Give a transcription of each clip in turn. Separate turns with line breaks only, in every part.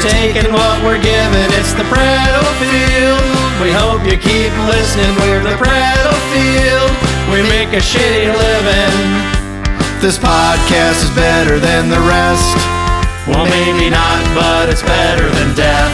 taking what we're giving. It's the Prattle Field. We hope you keep listening. We're the Prattle Field. We make a shitty living. This podcast is better than the rest. Well, maybe not, but it's better than death.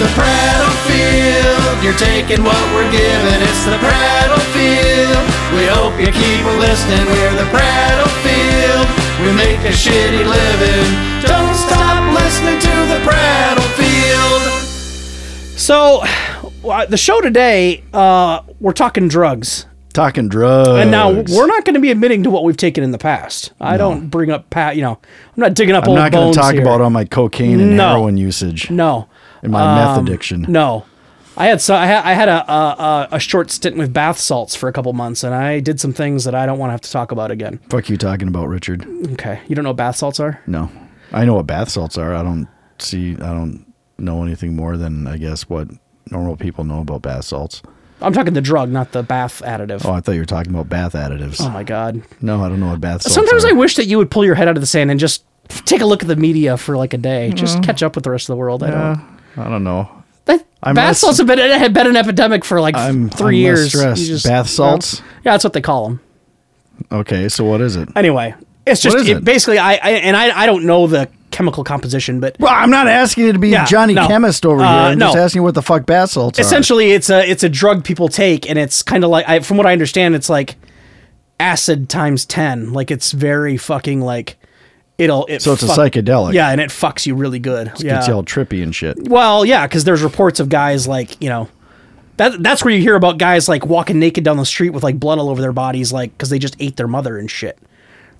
The Prattle Field. You're taking what we're giving. It's the Prattle Field. We hope you keep listening. We're the Prattle Field. We make a shitty living. Don't stop listening to the Prattle Field.
So, uh, the show today, uh, we're talking drugs.
Talking drugs.
And now we're not going to be admitting to what we've taken in the past. I don't bring up pat. You know, I'm not digging up
I'm
old
not going
bones
to talk
here.
about all my cocaine and
No.
heroin usage
no, Um,
and my meth addiction.
no. I had so I had, I had a, a a- a short stint with bath salts for a couple months, and I did some things that I don't want to have to talk about again.
Fuck you talking about, Richard.
Okay, you don't know what bath salts are?
No. I know what bath salts are. I don't see, I don't know anything more than, I guess, what normal people know about bath salts.
I'm talking the drug, not the bath additive.
Oh,
Oh,
I thought you were talking about bath additives.
my god.
No, Oh. I don't know what bath salts
Sometimes
are.
I wish that you would pull your head out of the sand and just take a look at the media for like a day. Just catch up with the rest of the world. I don't.
I don't know.
That,
I'm
bath
less-
salts have been had been an epidemic for like
I'm-
3
I'm less
years.
stressed.
You just-
Bath salts?
Yeah, that's what they call them.
Okay, so what is it?
Anyway, it's just
is
it,
it?
basically I, I and I I don't know the chemical composition, but
Well, I'm not asking you to be
Yeah,
Johnny
no.
Chemist over
Uh,
here. I'm just
no.
asking you what the fuck bath salts
essentially it's a it's a drug people take, and it's kind of like I, from what I understand, it's like acid times ten. Like it's very fucking like it'll it
So it's a psychedelic.
Yeah, and it fucks you really good.
are.
yeah.
It's all trippy and shit.
Well, yeah, because there's reports of guys like you know, that that's where you hear about guys like walking naked down the street with like blood all over their bodies, like because they just ate their mother and shit.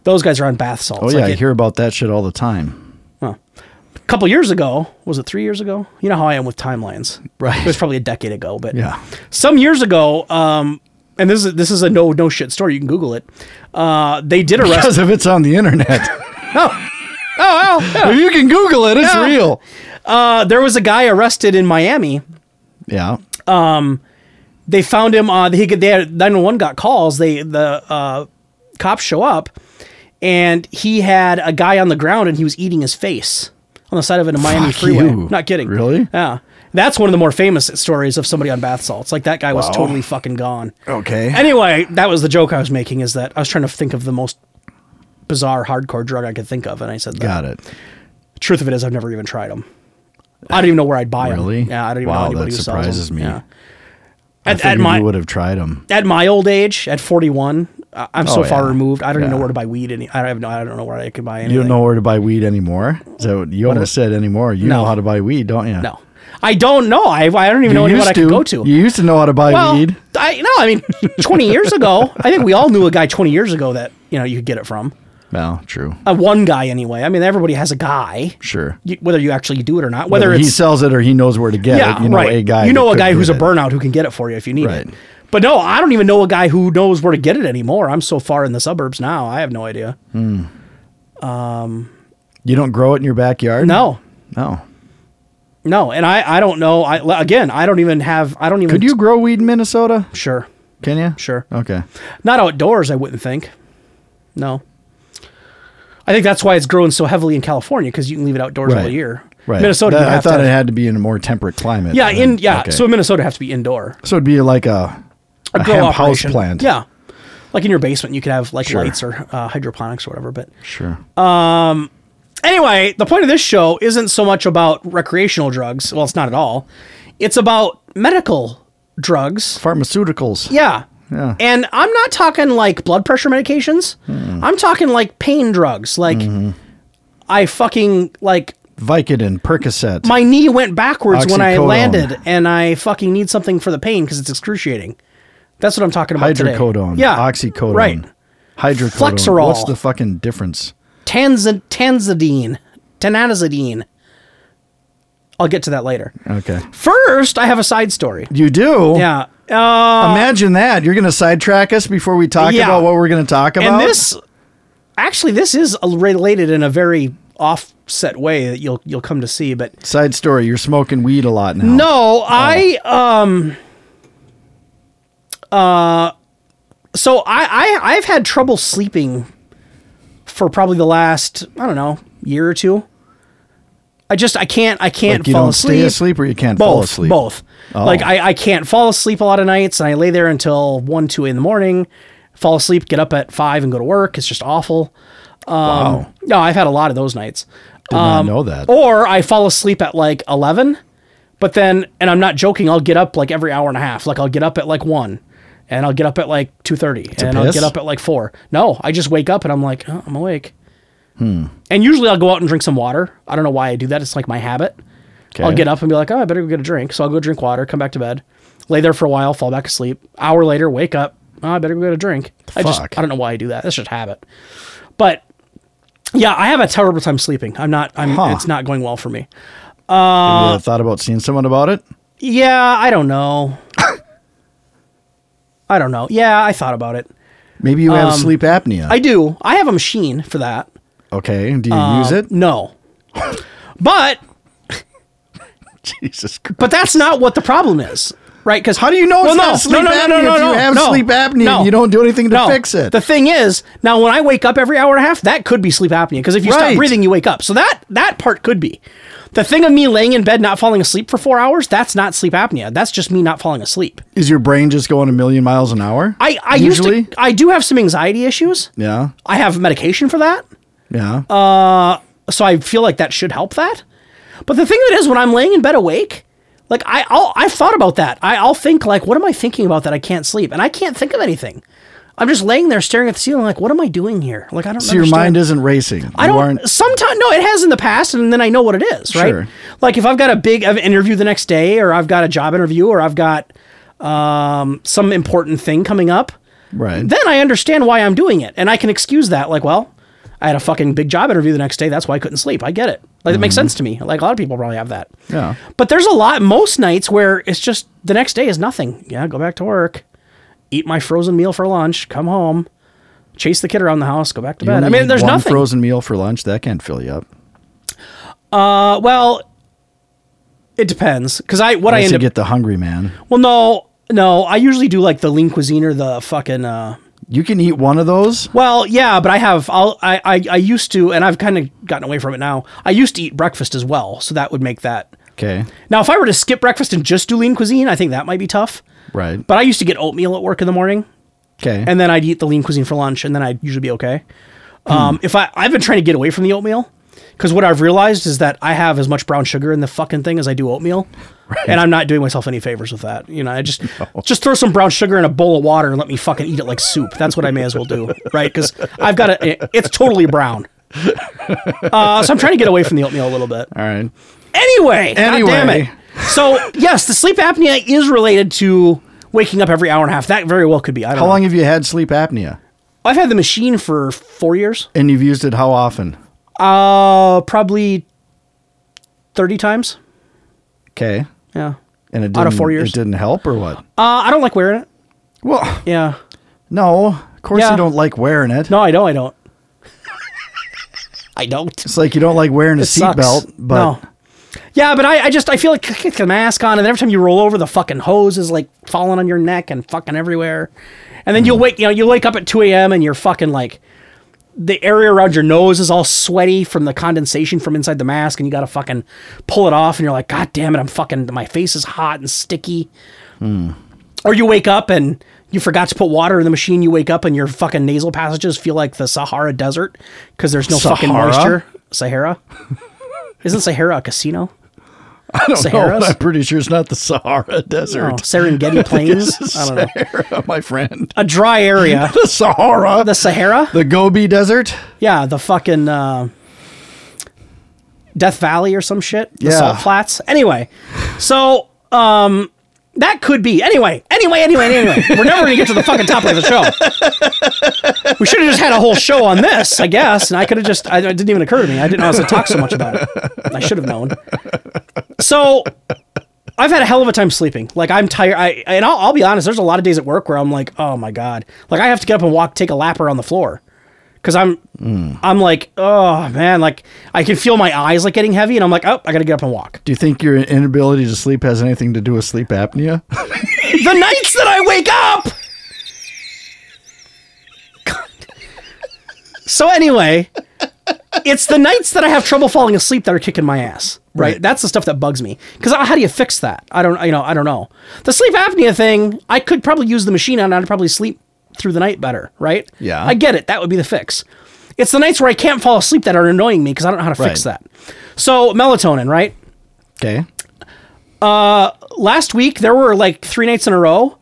Those guys are on bath salts.
Oh,
Like,
yeah, I
it-
hear about that shit all the time.
a couple years ago, was it three years ago? You know how I am with timelines.
Right.
It was probably a decade ago, but
Yeah.
some years ago. Um, and this is this is a no no shit story. You can Google it. Uh, they did arrest.
Because if it's on the internet,
oh, oh,
if you can Google it, it's
Yeah.
real.
uh, there was a guy arrested in Miami
Yeah.
they found him. Uh, he could. They had nine one one got calls. They the uh, cops show up, and he had a guy on the ground, and he was eating his face on the side of a Miami
Fuck
freeway.
you.
Not kidding.
Really?
Yeah. That's one of the more famous stories of somebody on bath salts. Like that guy was
Wow. Oh,
totally fucking gone.
Okay.
Anyway, that was the joke I was making. Is that I was trying to think of the most bizarre hardcore drug I could think of, and I said that.
Got it.
Truth of it is, I've never even tried them. I don't even know where I'd buy
Really?
them. Yeah, I don't even know
Wow,
anybody
that
who sells 'em.
surprises me.
Yeah.
I
At, at
figured
my
you would have tried them.
at my old age, at 41, I- I'm so
Oh,
far
yeah.
removed. I don't even know
Yeah.
where to buy weed. Any, I don't have no, I don't know where I could buy anything.
You don't know where to buy weed anymore. Is that what you almost said anymore? You
No.
know how to buy weed, don't you?
No, I don't know. I, I don't even
You
know anyone
used
I
to.
could go to.
You used to know how to buy
well,
weed.
I no, I mean, 20 years ago, I think we all knew a guy 20 years ago that you know you could get it from.
Well, true.
Uh, one guy anyway. I mean, everybody has a guy.
Sure.
You, whether you actually do it or not, whether,
Whether he
it's
sells it or he knows where to get
yeah,
it, you know
right.
a guy.
you know
that
a
could
guy
do
who's a
that.
burnout who can get it for you if you need
Right.
it. But no, I don't even know a guy who knows where to get it anymore. I'm so far in the suburbs now. I have no idea.
Hmm. You don't grow it in your backyard.
No,
No.
No, and I I don't know. I again I don't even have I don't even
Could you grow weed in Minnesota?
sure
Can you?
Sure.
Okay.
not outdoors I wouldn't think. No. I think that's why it's growing so heavily in California because you can leave it outdoors all
Right.
year.
Right.
Minnesota,
That-
you
I
have
thought
to,
it had to be in a more temperate climate.
yeah,
than-
in yeah.
okay.
So in Minnesota, it has to be indoor.
So it'd be like a, a,
grow
hemp house
operation.
plant.
Yeah, like in your basement, you could have like
Sure.
lights or uh, hydroponics or whatever. But
Sure.
anyway, the point of this show isn't so much about recreational drugs. Well, it's not at all. It's about medical drugs.
Pharmaceuticals.
Yeah.
Yeah.
And I'm not talking like blood pressure medications.
Hmm.
I'm talking like pain drugs. Like
Mm-hmm.
I fucking like
Vicodin, Percocet.
my knee went backwards when I
Oxycodone.
landed and I fucking need something for the pain cuz it's excruciating. That's what I'm talking about today.
Hydrocodone.
Yeah.
Oxycodone.
Right.
Hydrocodone.
Flexerol.
What's the fucking difference?
Tanzan tanzidine. Tanazidine. I'll get to that later.
Okay.
First, I have a side story.
You do?
Yeah. Uh,
Imagine that. You're going to sidetrack us before we talk
Yeah.
about what we're going to talk about.
and this actually this is a- related in a very offset way that you'll you'll come to see, but
side story, you're smoking weed a lot now.
No, I um uh so I, I I've had trouble sleeping for probably the last, I don't know, year or two. I I just I can't I can't
Like you
fall
don't
asleep.
stay asleep or you can't
both,
fall asleep?
Both.
Oh.
Like I, I can't fall asleep a lot of nights and I lay there until one, two in the morning, fall asleep, get up at five and go to work. It's just awful. Um,
wow.
No, I've had a lot of those nights.
Did
Um,
not know that.
Or I fall asleep at like eleven, but then and I'm not joking, I'll get up like every hour and a half. Like I'll get up at like one and I'll get up at like two thirty and I'll
piss?
get up at like four. No, I just wake up and I'm like, oh, I'm awake.
Hmm.
And usually I'll go out and drink some water. I don't know why I do that. It's like my habit. I'll
Okay.
get up and be like, oh, I better go get a drink. So I'll go drink water, come back to bed, lay there for a while, fall back asleep. Hour later, wake up. Oh, I better go get a drink. I just
Fuck.
I don't know why I do that. That's just habit. But yeah, I have a terrible time sleeping. I'm not. I'm.
Huh.
It's not going well for me.
Have
uh,
you thought about seeing someone about it?
Yeah, I don't know. I don't know. Yeah, I thought about it.
Maybe you have sleep apnea.
Um, I do. I have a machine for that.
okay. Do you use
Um,
it?
No. but
Jesus Christ.
but that's not what the problem is, right? Because
How do you know
Well,
it's
no,
not sleep
no, no,
apnea
no, no,
if
no,
you have
no,
sleep apnea and
no.
you don't do anything to
No.
fix it?
The thing is, now when I wake up every hour and a half, that could be sleep apnea because if you
Right.
stop breathing, you wake up. So that that part could be. The thing of me laying in bed not falling asleep for four hours, that's not sleep apnea. That's just me not falling asleep.
Is your brain just going a million miles an hour?
I I
usually.
used to I do have some anxiety issues.
yeah.
I have medication for that,
Yeah.
Uh, so I feel like that should help that. But the thing of it is, when I'm laying in bed awake, like I I'll, I've thought about that. I, I'll think like, what am I thinking about that I can't sleep, and I can't think of anything. I'm just laying there staring at the ceiling, like, what am I doing here? Like I don't.
so your
understand.
mind isn't racing.
I don't. Sometimes no, it has in the past, and then I know what it is, right?
Sure.
Like if I've got a big of interview the next day, or I've got a job interview, or I've got um, some important thing coming up,
Right.
then I understand why I'm doing it, and I can excuse that. Like, well, I had a fucking big job interview the next day. That's why I couldn't sleep. I get it. Like, it makes sense to me. Like a lot of people probably have that.
Mm-hmm. Yeah.
But there's a lot most nights where it's just the next day is nothing. Yeah, go back to work, eat my frozen meal for lunch, come home, chase the kid around the house, go back to
You
bed. I
only
mean,
eat
there's
one
nothing.
frozen meal for lunch. That can't fill you up.
Uh, well, it depends. Because I what I
Unless
end
you
up
get the hungry man.
well, no, no, I usually do like the lean cuisine or the fucking. Uh,
You can eat one of those.
well, yeah, but I have I'll, I I I used to, and I've kind of gotten away from it now. I used to eat breakfast as well, so that would make that.
Okay.
Now, if I were to skip breakfast and just do lean cuisine, I think that might be tough.
Right.
But I used to get oatmeal at work in the morning,
okay.
and then I'd eat the lean cuisine for lunch, and then I'd usually be okay. Um,
Hmm.
if I I've been trying to get away from the oatmeal because what I've realized is that I have as much brown sugar in the fucking thing as I do oatmeal, and I'm not doing myself any favors with that. You know, I just just throw some brown sugar in a bowl of water and let me fucking eat it like soup. That's what I may as well do, right? Because I've got it. It's totally brown. Uh, so I'm trying to get away from the oatmeal a little bit.
All right.
Anyway,
Anyway.
anyway. damn it. So yes, the sleep apnea is related to waking up every hour and a half. That very well could be. I don't
How
know.
long have you had sleep apnea?
I've had the machine for four years.
And you've used it how often?
Uh, probably thirty times.
Okay.
Yeah.
And it didn't,
Out of four years.
It didn't help or what?
Uh, I don't like wearing it.
Well,
Yeah.
no. Of course
Yeah.
you don't like wearing it.
No, I know I don't. I don't.
It's like you don't like wearing a
It sucks.
seatbelt, but
no. Yeah, but I, I just I feel like get the mask on, and every time you roll over, the fucking hose is like falling on your neck and fucking everywhere. And then
Mm.
you'll wake, you know, you wake up at two a.m. and you're fucking like, the area around your nose is all sweaty from the condensation from inside the mask, and you gotta fucking pull it off, and you're like, God damn it, I'm fucking, my face is hot and sticky. Or you wake up and you forgot to put water in the machine. You wake up and your fucking nasal passages feel like the Sahara Desert because there's no fucking
Sahara?
moisture. Sahara. Isn't Sahara a casino?
I don't know.
Saharas?
but I'm pretty sure it's not the Sahara
Oh,
Desert.
Serengeti Plains.
It's
I don't know.
Sahara, my friend.
A dry area.
The Sahara.
The Sahara.
the Gobi Desert.
Yeah, the fucking uh, Death Valley or some shit. The
Yeah.
Salt Flats. Anyway, so um, that could be. Anyway, anyway, anyway, anyway. We're never going to get to the fucking topic of the show. We should have just had a whole show on this, I guess. And I could have just, I, it didn't even occur to me. I didn't know I was going to talk so much about it. I should have known. So I've had a hell of a time sleeping. Like I'm tired. I and I'll, I'll be honest. There's a lot of days at work where I'm like, oh my god. Like I have to get up and walk, take a lap around the floor, because I'm I'm like, oh man. Like I can feel my eyes like getting heavy, and I'm like, oh, I gotta get up and walk.
Do you think your inability to sleep has anything to do with sleep apnea?
the nights that I wake up. So anyway, it's the nights that I have trouble falling asleep that are kicking my ass. right?
Right.
That's the stuff that bugs me. Because how do you fix that? I don't, you know, I don't know. The sleep apnea thing, I could probably use the machine on. I'd probably sleep through the night better, right?
Yeah.
I get it. That would be the fix. It's the nights where I can't fall asleep that are annoying me because I don't know how to fix
Right.
that. So melatonin, right?
Okay.
Last week there were like three nights in a row.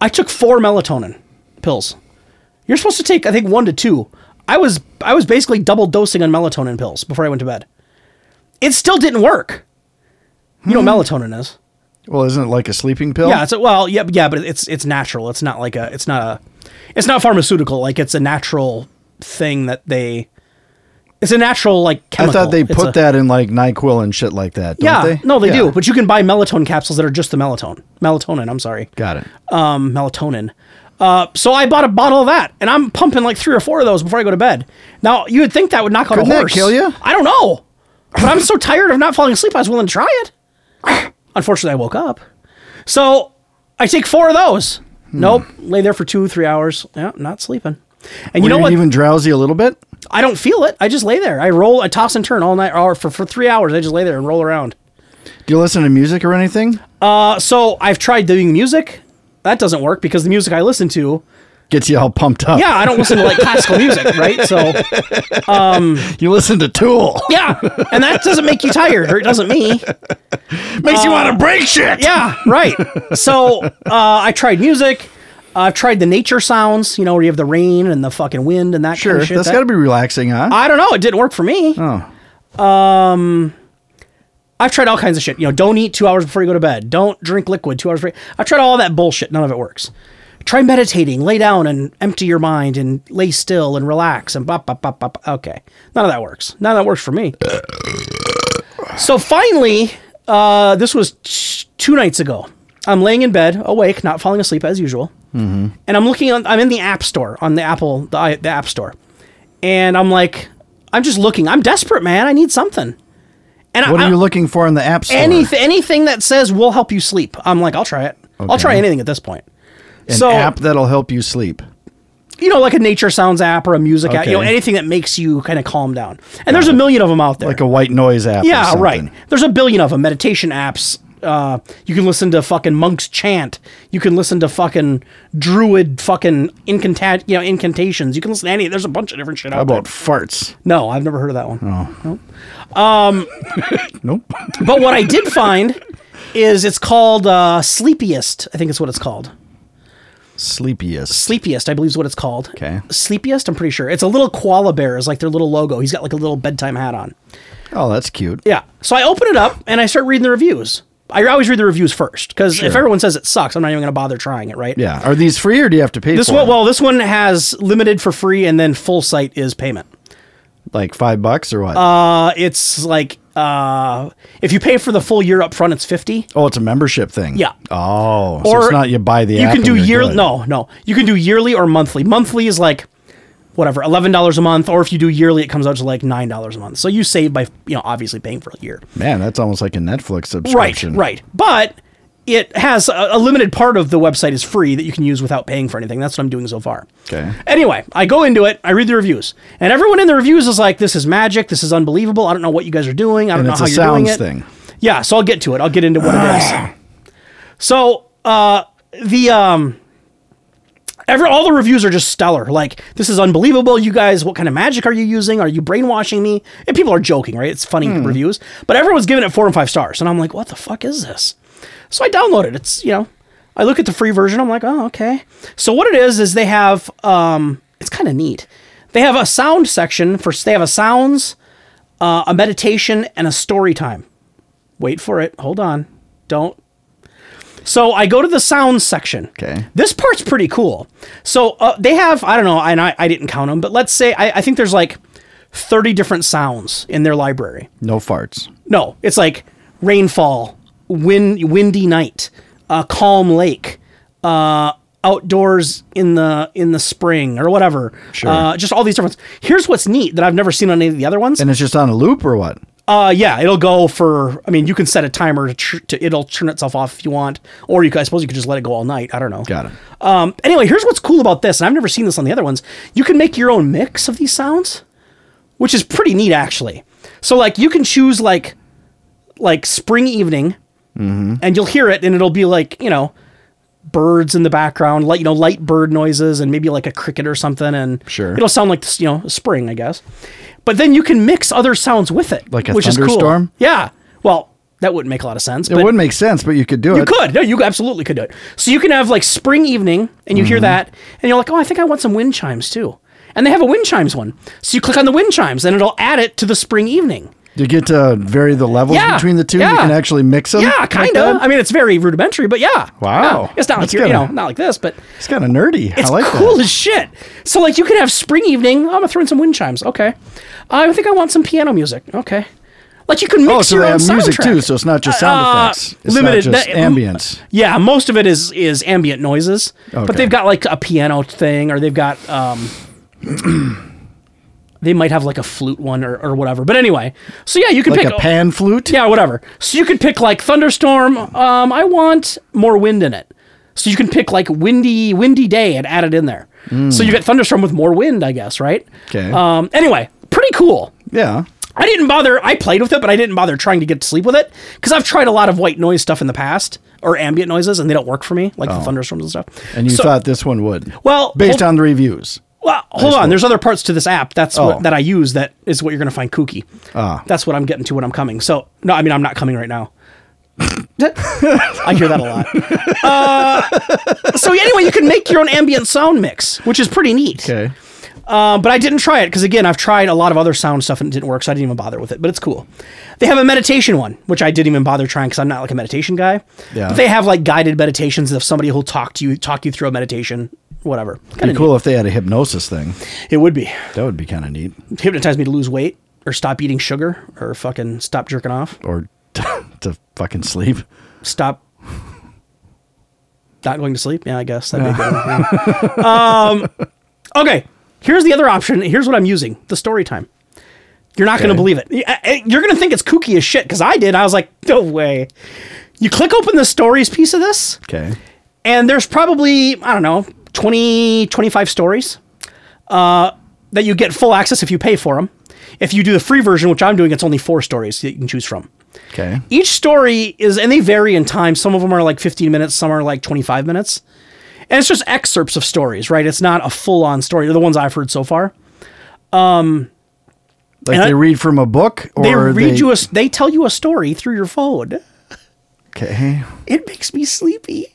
I took four melatonin pills. You're supposed to take, I think, one to two. I was I was basically double dosing on melatonin pills before I went to bed. It still didn't work. You know what
Hmm.
melatonin is.
Well, isn't it like a sleeping pill?
Yeah, it's a, well, yeah, yeah, but it's it's natural. It's not like a it's not a it's not pharmaceutical. Like it's a natural thing that they it's a natural like
I
chemical.
thought they
It's
put
a-
that in like NyQuil and shit like that. Don't
Yeah,
they?
no, they
Yeah.
do. But you can buy melatonin capsules that are just the melatonin. Melatonin, I'm sorry.
Got it.
Um, melatonin. Uh, so I bought a bottle of that, and I'm pumping like three or four of those before I go to bed. Now you would think that would knock out a
Couldn't that
horse.
kill you?
I don't know, but I'm so tired of not falling asleep. I was willing to try it. Unfortunately, I woke up. So I take four of those.
Hmm.
Nope, lay there for two, three hours. Yeah, not sleeping. And you
Were
know what?
even drowsy a little bit?
I don't feel it. I just lay there. I roll, I toss and turn all night, or for, for three hours. I just lay there and roll around.
Do you listen to music or anything?
Uh, so I've tried doing music. That doesn't work because the music I listen to,
Gets you all pumped up.
yeah, I don't listen to like classical music, right? So
You listen to Tool.
yeah, and that doesn't make you tired, or it doesn't me.
Makes you want to break shit.
Uh, Yeah, right. So uh, I tried music. I've tried the nature sounds, you know, where you have the rain and the fucking wind and that kind
Sure.
of shit.
That's
That-
got to be relaxing, huh?
I don't know. It didn't work for me.
oh.
I've tried all kinds of shit. You know, don't eat two hours before you go to bed. Don't drink liquid two hours. Before I've tried all that bullshit. None of it works. Try meditating. Lay down and empty your mind and lay still and relax and bop bop bop bop. Okay, none of that works. None of that works for me. so finally, uh, this was t- two nights ago. I'm laying in bed, awake, not falling asleep as usual,
Mm-hmm.
and I'm looking on. I'm in the app store on the Apple the, i- the app store, and I'm like, I'm just looking. I'm desperate, man. I need something. And
What
I,
are you
I-
looking for in the app store?
anything anything that says we'll help you sleep i'm like i'll try it i'll
Okay.
try anything at this point
An
so
app that'll help you sleep.
you know like a nature sounds app or a music app you know
Okay.
anything that makes you kind of calm down and there's a million of them out there
Like a white noise app. or
yeah
something.
right there's a billion of them meditation apps uh, you can listen to fucking monks chant. You can listen to fucking druid fucking incantat, you know, incantations. You can listen to any. There's a bunch of different shit out
How about Oh.
there.
farts?
No, I've never heard of that one.
Nope.
But what I did find is it's called uh, Sleepiest. I think it's what it's called.
Sleepiest.
Sleepiest, I believe is what it's called.
Okay.
Sleepiest, I'm pretty sure. It's a little koala bear is like their little logo. He's got like a little bedtime hat on.
Oh, that's cute.
Yeah. So I open it up and I start reading the reviews. I always read the reviews first because if
Sure.
everyone says it sucks, I'm not even going to bother trying it, right?
Yeah. Are these free or do you have to pay
This
for
one,
them?
well, this one has limited for free and then full site is payment.
like five bucks or what?
Uh, it's like uh, if you pay for the full year up front, it's 50.
oh, it's a membership thing.
Yeah.
Oh, so it's not you buy the
you
app.
can do
and you're
yearly
good.
no no you can do yearly or monthly monthly is like whatever $11 a month or if you do yearly it comes out to like $9 a month so you save by you know obviously paying for a year
Man, that's almost like a Netflix
right
subscription.
right but it has a, a limited part of the website is free that you can use without paying for anything that's what i'm doing so far
Okay.
anyway i go into it i read the reviews and everyone in the reviews is like this is magic this is unbelievable i don't know what you guys are doing i
And
don't know
it's
how
a
you're doing
sounds
it
thing.
yeah, so I'll get to it. I'll get into what it is. So uh, the um, every all the reviews are just stellar. Like this is unbelievable, you guys. What kind of magic are you using? Are you brainwashing me? And people are joking, right? It's funny reviews, but everyone's giving it four and five stars, and I'm like, what the fuck is this? So I download it. It's you know, I look at the free version. I'm like, oh okay. So what it is is they have um, it's kind of neat. They have a sound section for they have a sounds, uh, a meditation, and a story time wait for it. Hold on. Don't. So I go to the sound section.
Okay.
This part's pretty cool. So uh, they have, I don't know, and I, I didn't count them, but let's say I, I think there's like 30 different sounds in their library.
No farts.
No, it's like rainfall, wind, windy night, uh, calm lake, uh, outdoors in the in the spring or whatever.
Sure.
Uh, just all these different. Here's what's neat that I've never seen on any of the other ones.
And it's just on a loop or what?
Uh, yeah, it'll go for. I mean, you can set a timer to, tr- to it'll turn itself off if you want, or you. Can, I suppose you could just let it go all night. I don't know.
Got it.
Um. Anyway, here's what's cool about this, and I've never seen this on the other ones. You can make your own mix of these sounds, which is pretty neat actually. So like, you can choose like like spring evening,
Mm-hmm.
and you'll hear it, and it'll be like you know birds in the background, like you know light bird noises, and maybe like a cricket or something, and
Sure.
it'll sound like this, you know spring, I guess. But then you can mix other sounds with it,
Like a
which Is
thunderstorm?
cool. Yeah. Well, that wouldn't make a lot of sense.
It
but
would make sense, but you could do
you
it.
could. No, you absolutely could do it. So you can have like spring evening and you
Mm-hmm.
hear that and you're like, oh, I think I want some wind chimes too. And they have a wind chimes one. So you click on the wind chimes and it'll add it to the spring evening.
You get to vary the levels
Yeah,
between the two. You
yeah.
can actually mix them.
Yeah, kind of. I mean, it's very rudimentary, but yeah.
Wow.
Yeah. It's not like
That's
you're, you know,
kinda-
not like this, but
It's kind of nerdy.
it's
I like
cool
that.
as shit. So like you could have spring evening. "Oh, I'm gonna throw in some wind chimes. Okay. I think I want some piano music. Okay. Like you can mix
Oh, so
your
they
own
have music
soundtrack.
too, so it's not just
Uh,
sound effects. It's
limited-
not just
that-
ambience.
Yeah, most of it is is ambient noises, but
Okay.
they've got like a piano thing, or they've got um, they might have like a flute one or, or whatever. But anyway, so yeah, you can
Like
pick
a pan flute?
Yeah, whatever. So you could pick like thunderstorm. Um, I want more wind in it. So you can pick like windy windy day and add it in there. So
Hmm.
you get thunderstorm with more wind, I guess, right?
'Kay.
Um, anyway, pretty cool.
Yeah.
I didn't bother. I played with it, but I didn't bother trying to get to sleep with it because I've tried a lot of white noise stuff in the past or ambient noises, and they don't work for me, like the thunderstorms and stuff.
Oh. And you
So-
thought this one would.
well,
based
hold-
on the reviews.
well, hold on. There's other parts to this app. That's
Oh.
what, that I use. That is what you're going to find kooky.
Ah.
That's what I'm getting to when I'm coming. So no, I mean I'm not coming right now. I hear that a lot. Uh, so anyway, you can make your own ambient sound mix, which is pretty neat.
Okay.
Um, but I didn't try it because again, I've tried a lot of other sound stuff and it didn't work, so I didn't even bother with it. But it's cool. They have a meditation one, which I didn't even bother trying because I'm not like a meditation guy.
Yeah.
But they have like guided meditations of somebody who'll talk to you, talk you through a meditation, whatever. Kind
Be
of
cool if they had a hypnosis thing.
It would be
That would be kind of neat.
hypnotize me to lose weight or stop eating sugar or fucking stop jerking off,
Or to fucking sleep.
stop. Not going to sleep? Yeah, I guess that'd be a good. one, yeah. um, okay, here's the other option. Here's what I'm using: the story time. You're not going to
Okay.
believe it. Y- I- I- You're going to think it's kooky as shit because I did. I was like, no way. You click open the stories piece of this,
Okay.
and there's probably, I don't know, 20, 25 stories uh, that you get full access if you pay for them. If you do the free version, which I'm doing, it's only four stories that you can choose from.
Okay.
Each story is, and they vary in time. Some of them are like 15 minutes, some are like 25 minutes. And it's just excerpts of stories, right? It's not a full on story. They're the ones I've heard so far.
Like
And I-
they read from a book or
They read you a, s- they tell you a story through your phone.
Okay.
It makes me sleepy.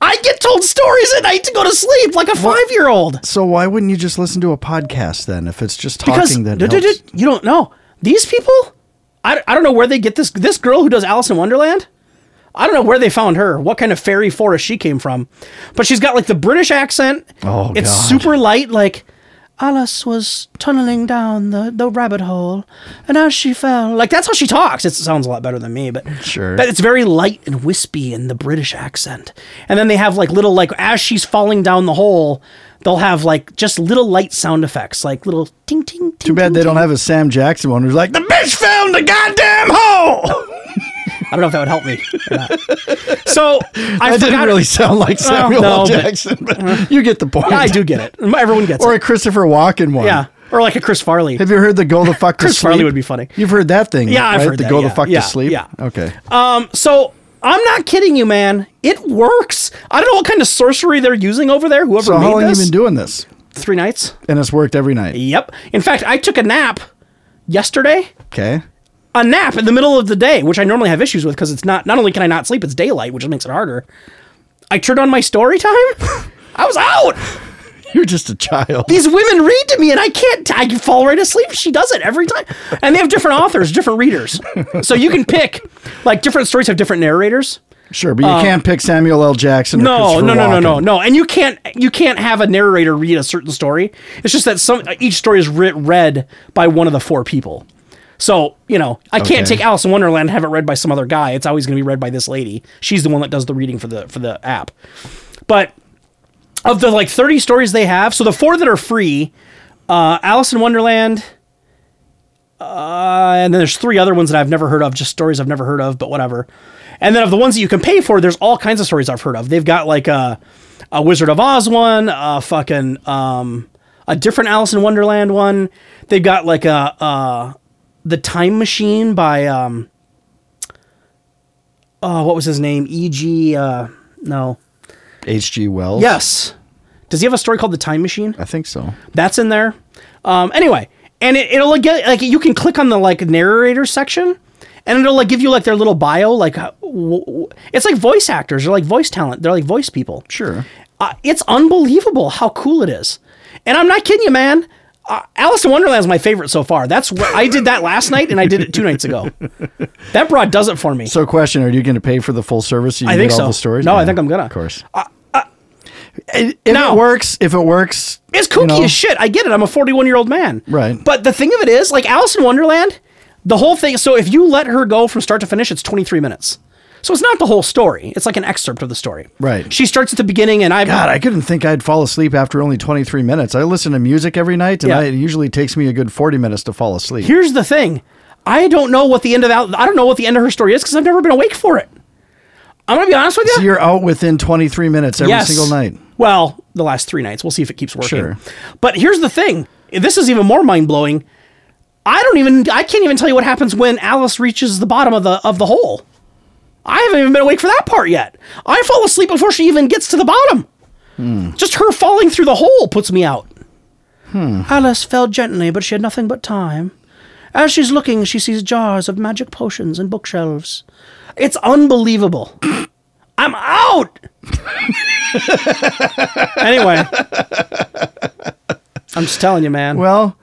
I get told stories at night to go to sleep like a five year old.
So why wouldn't you just listen to a podcast then if it's just
because
talking that
duh, duh, duh,
helps?
you don't know these people I, I don't know where they get this this girl who does alice in wonderland i don't know where they found her what kind of fairy forest she came from but she's got like the british accent
Oh,
it's
God.
super light like alice was tunneling down the, the rabbit hole and as she fell like that's how she talks it sounds a lot better than me but
Sure.
but it's very light and wispy in the british accent and then they have like little like as she's falling down the hole they'll have like just little light sound effects like little ting ting ting
Too bad they don't have a Sam Jackson one who's like, the bitch found the goddamn hole!
I don't know if that would help me. or not. so I
That didn't
forgot-
really sound like Samuel
no,
L.
but- uh-huh.
Jackson, but, you get the point.
Yeah, I do get it. Everyone gets
Or
it.
a Christopher Walken one.
Yeah, or like a Chris Farley.
Have you heard the go the fuck to
Chris
sleep?
Farley would be funny.
You've heard that thing.
Yeah, I've
right?
heard
the
that,
go
yeah,
the fuck
yeah,
to sleep.
yeah.
Okay.
Um, so I'm not kidding you, man. It works. I don't know what kind of sorcery they're using over there. Whoever
So
made
how long have
this.
you been doing this?
Three nights.
And it's worked every night.
Yep. In fact, I took a nap yesterday.
Okay.
A nap in the middle of the day, which I normally have issues with because it's not. Not only can I not sleep, it's daylight, which makes it harder. I turned on my story time. I was out.
You're just a child.
these women read to me and I can't I fall right asleep. She does it every time. And they have different authors, different readers. So you can pick like different stories have different narrators.
Sure, but you can't pick Samuel L. Jackson. Or
Um, No,
Christopher
no, no, no, no,
Walken.
no. And you can't you can't have a narrator read a certain story. It's just that some each story is re- read by one of the four people. So, you know, I can't
Okay.
take Alice in Wonderland and have it read by some other guy. It's always going to be read by this lady. She's the one that does the reading for the for the app. But of the like 30 stories they have, so the four that are free, uh, Alice in Wonderland, uh, and then there's three other ones that I've never heard of, just stories I've never heard of, but whatever. And then of the ones that you can pay for, there's all kinds of stories I've heard of. They've got like a, a Wizard of Oz one, a fucking um, a different Alice in Wonderland one. They've got like a uh, the Time Machine by um, oh, what was his name? E.G. Uh, no.
H.G. Wells.
Yes. Does he have a story called The Time Machine?
I think so.
That's in there. Um, anyway, and it, it'll like, get like you can click on the like narrator section, and it'll like give you like their little bio. Like uh, w- w- it's like voice actors. They're like voice talent. They're like voice people.
Sure.
Uh, it's unbelievable how cool it is, and I'm not kidding you, man. Uh, Alice in Wonderland is my favorite so far. That's wh- I did that last night, and I did it two nights ago. That broad does it for me.
So, question: Are you going to pay for the full service? So you
I
get
think
all
so.
The stories?
No, I think I'm gonna. Oh.
Of course. if
now-
it works, if it works,
It's
you
kooky
know,
as shit. I get it. I'm a 41 year old man.
Right.
But the thing of it is, like Alice in Wonderland, the whole thing. So if you let her go from start to finish, it's 23 minutes. So it's not the whole story. It's like an excerpt of the story.
Right.
She starts at the beginning, and I've
God, I couldn't think I'd fall asleep after only 23 minutes. I listen to music every night, and
Yeah.
I, it usually takes me a good 40 minutes to fall asleep.
Here's the thing. I don't know what the end of that. I don't know what the end of her story is because I've never been awake for it. I'm gonna be honest with you.
So you're out within 23 minutes every single night.
Well, the last three nights. We'll see if it keeps working.
Sure.
But here's the thing. This is even more mind blowing. I don't even. I can't even tell you what happens when Alice reaches the bottom of the of the hole. I haven't even been awake for that part yet. I fall asleep before she even gets to the bottom.
Hmm.
Just her falling through the hole puts me out.
Hmm.
Alice fell gently, but she had nothing but time. As she's looking, she sees jars of magic potions and bookshelves. It's unbelievable. I'm out. anyway, I'm just telling you, man.
Well,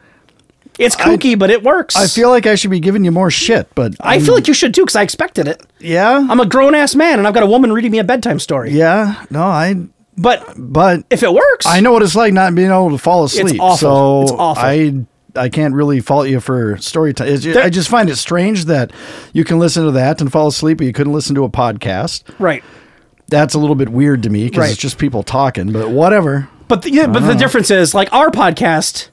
it's kooky, but it works.
I feel like I should be giving you more shit, but
I feel like you should too, because I expected it.
yeah,
I'm a grown ass man, and I've got a woman reading me a bedtime story.
yeah, no, I,
But
but
if it works,
I know what it's like not being able to fall asleep.
awful.
So
It's awful.
I I can't really fault you for story time. It's-
There-
I just find it strange that you can listen to that and fall asleep, but you couldn't listen to a podcast.
right.
That's a little bit weird to me because
Right.
it's just people talking. But whatever.
But the, yeah, but
Ah.
the difference is like our podcast.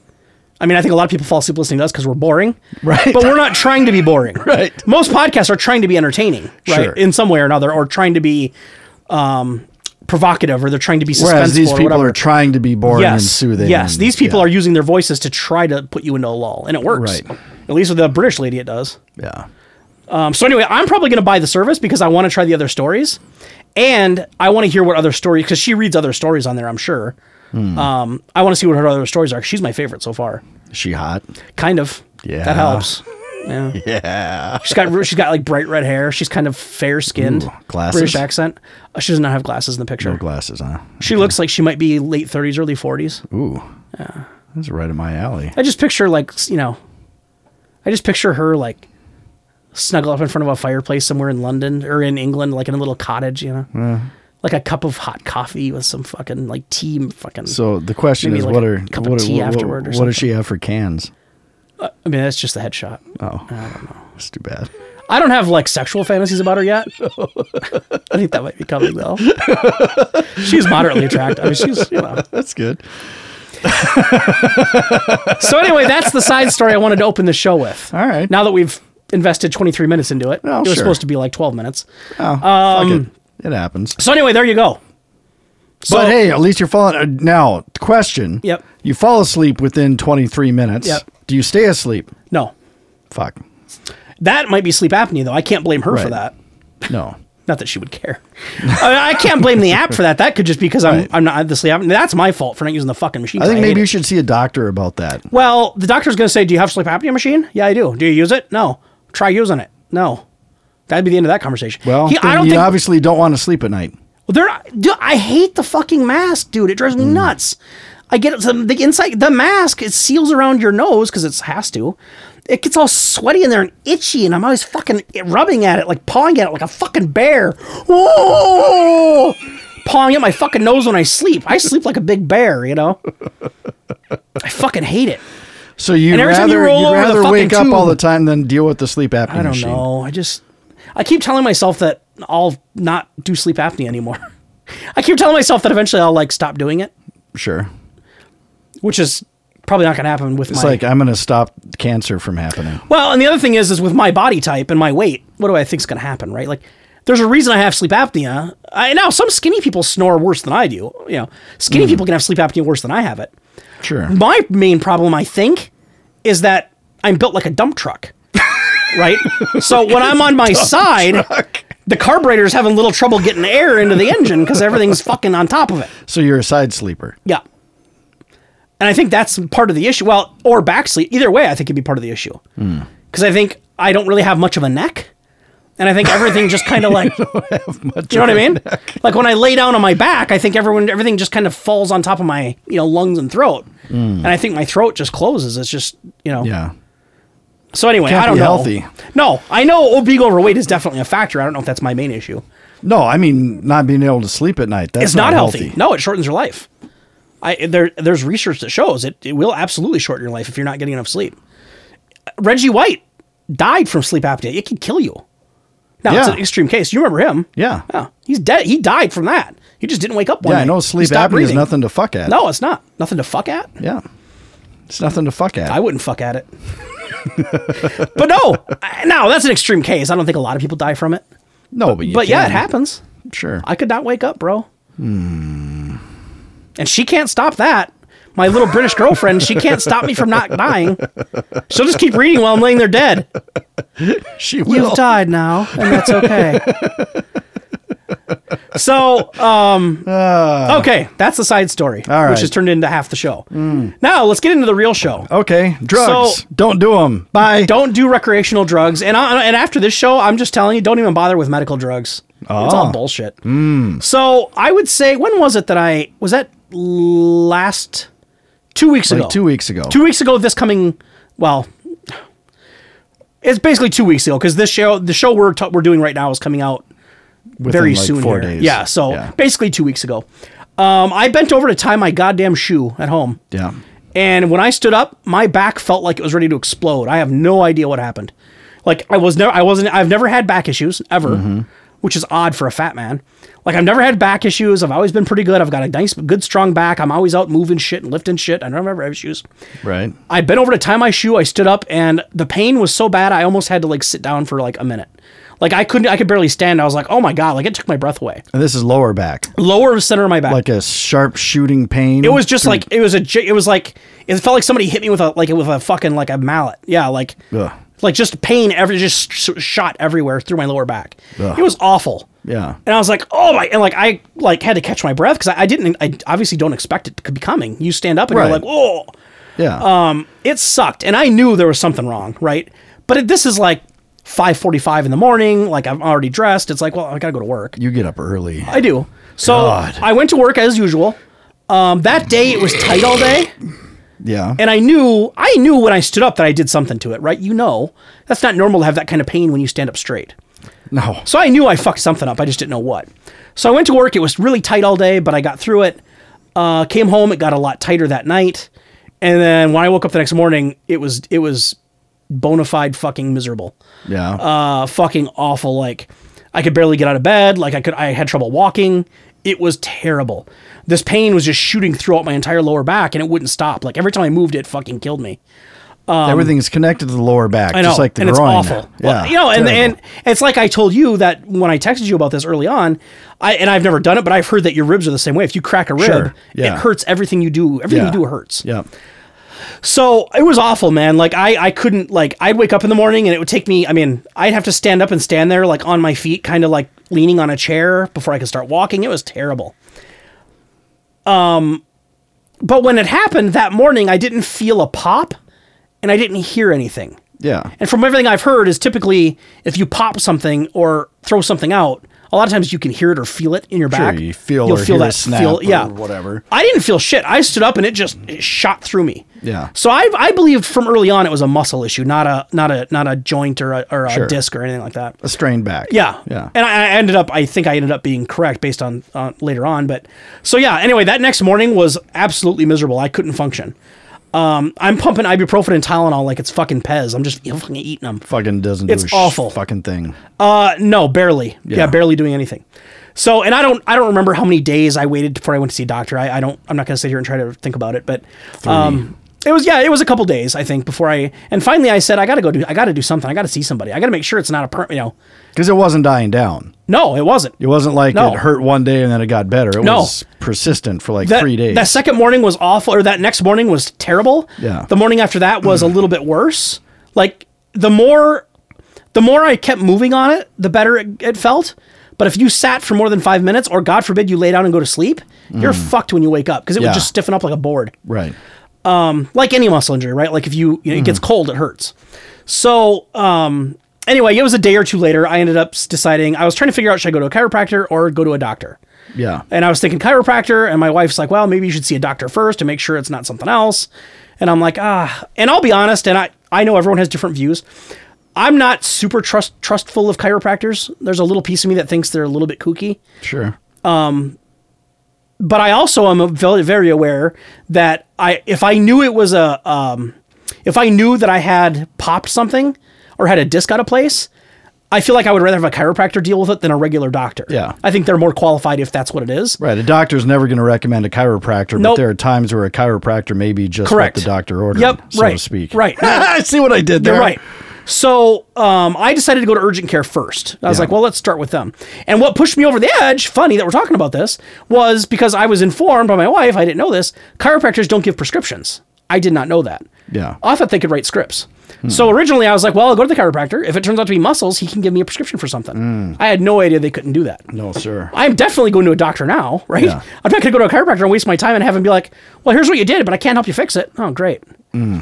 I mean, I think a lot of people fall asleep listening to us because we're boring,
Right.
But we're not trying to be boring,
Right.
Most podcasts are trying to be entertaining, right,
Sure.
in some way or another, or trying to be um, provocative, or they're trying to be suspenseful.
Whereas these
or
people
whatever.
are trying to be boring and soothing.
Yes,
and-
these people
yeah,
are using their voices to try to put you into a lull, and it works.
Right.
At least with the British lady, it does.
Yeah.
Um, so anyway, I'm probably going to buy the service because I want to try the other stories, and I want to hear what other stories because she reads other stories on there. I'm sure.
Hmm.
Um, I want to see what her other stories are. She's my favorite so far.
Is she hot?
Kind of.
Yeah.
That helps. Yeah.
Yeah.
She's got she's got like bright red hair. She's kind of fair skinned.
Ooh, glasses?
British accent. Uh, She does not have glasses in the picture.
No glasses, huh?
She looks like she might be late 30s, early 40s.
Ooh. That's right in my alley.
I just picture like s- you know, I just picture her like snuggle up in front of a fireplace somewhere in London or in England, like in a little cottage, you know, like a cup of hot coffee with some fucking like tea, m- fucking.
So the question
Maybe
is,
like
what
a
are
cup of
what, are-
tea
what- what,
afterward or
what does she have for cans?
I mean, that's just the headshot.
Oh, that's too bad.
I don't have like sexual fantasies about her yet. I think that might be coming though. she's moderately attractive. I mean, she's you know.
That's good.
So anyway, that's the side story I wanted to open the show with.
All right.
Now that we've invested 23 minutes into it,
Oh,
it was
sure.
supposed to be like 12 minutes.
Oh,
Um,
fuck it. It happens.
So anyway, there you go. So,
but hey, at least you're falling. uh, Now, question.
Yep.
You fall asleep within 23 minutes.
Yep.
Do you stay asleep?
No,
Fuck.
that might be sleep apnea though. I can't blame her for
Right.
that.
No.
Not that she would care. I, I can't blame the app for that. That could just be because I'm
Right.
I'm not the sleep apnea. That's my fault for not using the fucking machine.
I think
'cause hate
maybe you
it.
should see a doctor about that.
Well, the doctor's gonna say, "Do you have sleep apnea machine?" Yeah, I do. Do you use it? No. Try using it. No. That'd be the end of that conversation.
Well,
He-
then
I don't
you
think
obviously don't want to sleep at night.
They're, dude, I hate the fucking mask, dude. It drives me nuts. I get it. so The inside, the mask, it seals around your nose because it has to. It gets all sweaty in there and itchy, and I'm always fucking rubbing at it, like pawing at it like a fucking bear. Whoa! pawing at my fucking nose when I sleep. I sleep like a big bear, you know? I fucking hate it.
So you'd
And every time you
rather,
roll
you
over the
rather
fucking
wake up
tube-
all the time than deal with the sleep apnea
I don't
machine.
know. I just, I keep telling myself that I'll not do sleep apnea anymore. I keep telling myself that eventually I'll like stop doing it.
Sure.
which is probably not going to happen with
It's
my
like I'm going to stop cancer from happening.
well and the other thing is is with my body type and my weight what do i think's going to happen right like there's a reason i have sleep apnea i now some skinny people snore worse than i do you know
Hmm.
skinny people can have sleep apnea worse than i have it
Sure.
my main problem i think is that i'm built like a dump truck right so when i'm on my side the carburetor's having little trouble getting air into the engine because everything's fucking on top of it.
So you're a side sleeper.
Yeah. And I think that's part of the issue. Well, or back sleep. Either way, I think it'd be part of the issue.
Hmm.
Because I think I don't really have much of a neck. And I think everything just kind of like, you know what I mean? Like when I lay down on my back, I think everyone, everything just kind of falls on top of my, you know, lungs and throat. And I think my throat just closes. It's just, you know.
Hmm. Yeah.
So anyway,
Can't
I don't
be
know.
healthy.
No, I know being overweight is definitely a factor. I don't know if that's my main issue.
No, I mean not being able to sleep at night. That's
it's not, healthy. No, it shortens your life. I there there's research that shows it, it will absolutely shorten your life if you're not getting enough sleep. Reggie White died from sleep apnea. It could kill you. Now it's
Yeah.
an extreme case. You remember him?
Yeah.
Yeah. He's dead. He died from that. He just didn't wake up one
Yeah,
night.
I know
He
sleep
stopped
apnea is
breathing.
nothing to fuck at.
No, it's not. Nothing to fuck at.
Yeah. It's nothing to fuck at.
I wouldn't fuck at it. but no, I- no, that's an extreme case. I don't think a lot of people die from it.
no, but you
but yeah, it
can.
happens.
Sure.
I could not wake up, bro. And she can't stop that. My little British girlfriend, she can't stop me from not dying. She'll just keep reading while I'm laying there dead.
she will.
You've died now, and that's okay. so, um, okay, that's the side story,
All right.
which has turned into half the show. Now, let's get into the real show.
okay. Drugs.
So-
don't do them. Bye.
Don't do recreational drugs. And I, and after this show, I'm just telling you, don't even bother with medical drugs. It's
Ah.
all bullshit.
Hmm.
So I would say, when was it that I was that last two weeks ago?
Like two weeks ago.
Two weeks ago. This coming, well, it's basically two weeks ago because this show, the show we're t- we're doing right now, is coming out
Within,
very
like,
soon.
Four
here.
days.
Yeah. So
yeah.
basically two weeks ago, um, I bent over to tie my goddamn shoe at home.
Yeah.
And when I stood up, my back felt like it was ready to explode. I have no idea what happened. Like I was never I wasn't I've never had back issues ever, which is odd for a fat man. Like I've never had back issues. I've always been pretty good. I've got a nice good strong back. I'm always out moving shit and lifting shit. I don't ever have issues.
Right.
I bent over to tie my shoe. I stood up, and the pain was so bad I almost had to like sit down for like a minute. Like I couldn't, I could barely stand. I was like, oh my god, like it took my breath away.
And this is lower back.
Lower center of my back.
Like a sharp shooting pain.
It was just
Mm.
like it was a. j- It was like it felt like somebody hit me with a like with a fucking like a mallet. Yeah, like
Ugh.
like just pain every just sh- shot everywhere through my lower back.
Ugh.
It was awful.
Yeah.
And I was like, oh my, and like I like had to catch my breath because I, I didn't. I obviously don't expect it to be coming. You stand up and
Right.
you're like, whoa.
Yeah.
Um, it sucked, and I knew there was something wrong, right? But it, this is like 5:45 in the morning. Like I'm already dressed. It's like, well, I gotta go to work.
you get up early.
I do. So
God.
I went to work as usual. Um, that day it was tight all day,
yeah.
and I knew I knew when I stood up that I did something to it. Right? You know, that's not normal to have that kind of pain when you stand up straight.
no.
So I knew I fucked something up. I just didn't know what. So I went to work. It was really tight all day, but I got through it. Uh, came home. It got a lot tighter that night. And then when I woke up the next morning, it was it was bona fide fucking miserable.
Yeah.
Uh, fucking awful. Like I could barely get out of bed. Like I could I had trouble walking. It was terrible. This pain was just shooting throughout my entire lower back, and it wouldn't stop. Like every time I moved, it fucking killed me.
Everything's connected to the lower back,
Um, I know,
just like the
and
groin.
it's awful.
Yeah,
Well, you know, and,
terrible.
and it's like I told you that when I texted you about this early on, I and I've never done it, but I've heard that your ribs are the same way. If you crack a rib,
Sure, yeah.
it hurts everything you do. Everything
Yeah.
you do hurts.
yeah,
So it was awful, man. Like I, I couldn't like I'd wake up in the morning and it would take me. I mean, I'd have to stand up and stand there like on my feet, kind of like leaning on a chair before I could start walking. It was terrible. Um, but when it happened that morning, I didn't feel a pop, and I didn't hear anything.
yeah,
And from everything I've heard, is typically if you pop something or throw something out, a lot of times you can hear it or feel it in your back.
you feel or hear a snap or whatever.
I didn't feel shit. I stood up and it just it shot through me.
Yeah.
So I I believed from early on it was a muscle issue, not a not a not a joint or a, or a
Sure.
disc or anything like that.
a strained back.
Yeah.
yeah,
And I, I ended up, I think I ended up being correct based on uh, later on. But so, yeah, anyway, that next morning was absolutely miserable. I couldn't function. Um, I'm pumping ibuprofen and Tylenol like it's fucking Pez. I'm just fucking eating them.
fucking doesn't.
It's
do a sh-
awful.
Fucking thing.
Uh, no, barely. Yeah.
Yeah.
barely doing anything. So, and I don't, I don't remember how many days I waited before I went to see a doctor. I, I don't, I'm not going to sit here and try to think about it, but, um, it was, yeah, it was a couple days, I think, before I, and finally I said, I got to go do, I got to do something. I got to see somebody. I got to make sure it's not a, per- you know,
Because it wasn't dying down.
no, it wasn't.
It wasn't like
No.
it hurt one day and then it got better. It
No.
was persistent for like
that,
three days.
That second morning was awful, or that next morning was terrible.
Yeah. Mm.
The morning after that was a little bit worse. Like the more, The more I kept moving on it, the better it, it felt. But if you sat for more than five minutes, or God forbid, you lay down and go to sleep, you're fucked when you wake up because it
Mm. Yeah.
would just stiffen up like a board
Right.
like any muscle injury, right? Like if you, you know, it
Mm.
gets cold, it hurts. So, um, anyway, it was a day or two later. I ended up s- deciding I was trying to figure out should I go to a chiropractor or go to a doctor.
Yeah.
And I was thinking chiropractor, and my wife's like, well, maybe you should see a doctor first to make sure it's not something else. And I'm like, ah. And I'll be honest, and I I know everyone has different views. I'm not super trust trustful of chiropractors. There's a little piece of me that thinks they're a little bit kooky
Sure.
but I also am very, very aware that I, if I knew it was a, um, if I knew that I had popped something or had a disc out of place, I feel like I would rather have a chiropractor deal with it than a regular doctor.
Yeah.
I think they're more qualified if that's what it is.
Right. A doctor's never going to recommend a chiropractor, but
Nope.
there are times where a chiropractor may be just
Correct.
what the doctor ordered,
Yep,
so to
right,
speak.
right.
I see what I did there.
You're right. So um, I decided to go to urgent care first. I was
Yeah.
like, well, let's start with them. And what pushed me over the edge, funny that we're talking about this, was because I was informed by my wife, I didn't know this, chiropractors don't give prescriptions. I did not know that.
Yeah.
I thought they could write scripts. So originally I was like, well, I'll go to the chiropractor. If it turns out to be muscles, he can give me a prescription for something.
Mm.
I had no idea they couldn't do that.
No, sir.
I'm definitely going to a doctor now, right?
Yeah.
I'm not going to go to a chiropractor and waste my time and have him be like, "Well, here's what you did, but I can't help you fix it." Oh, great.
Mm.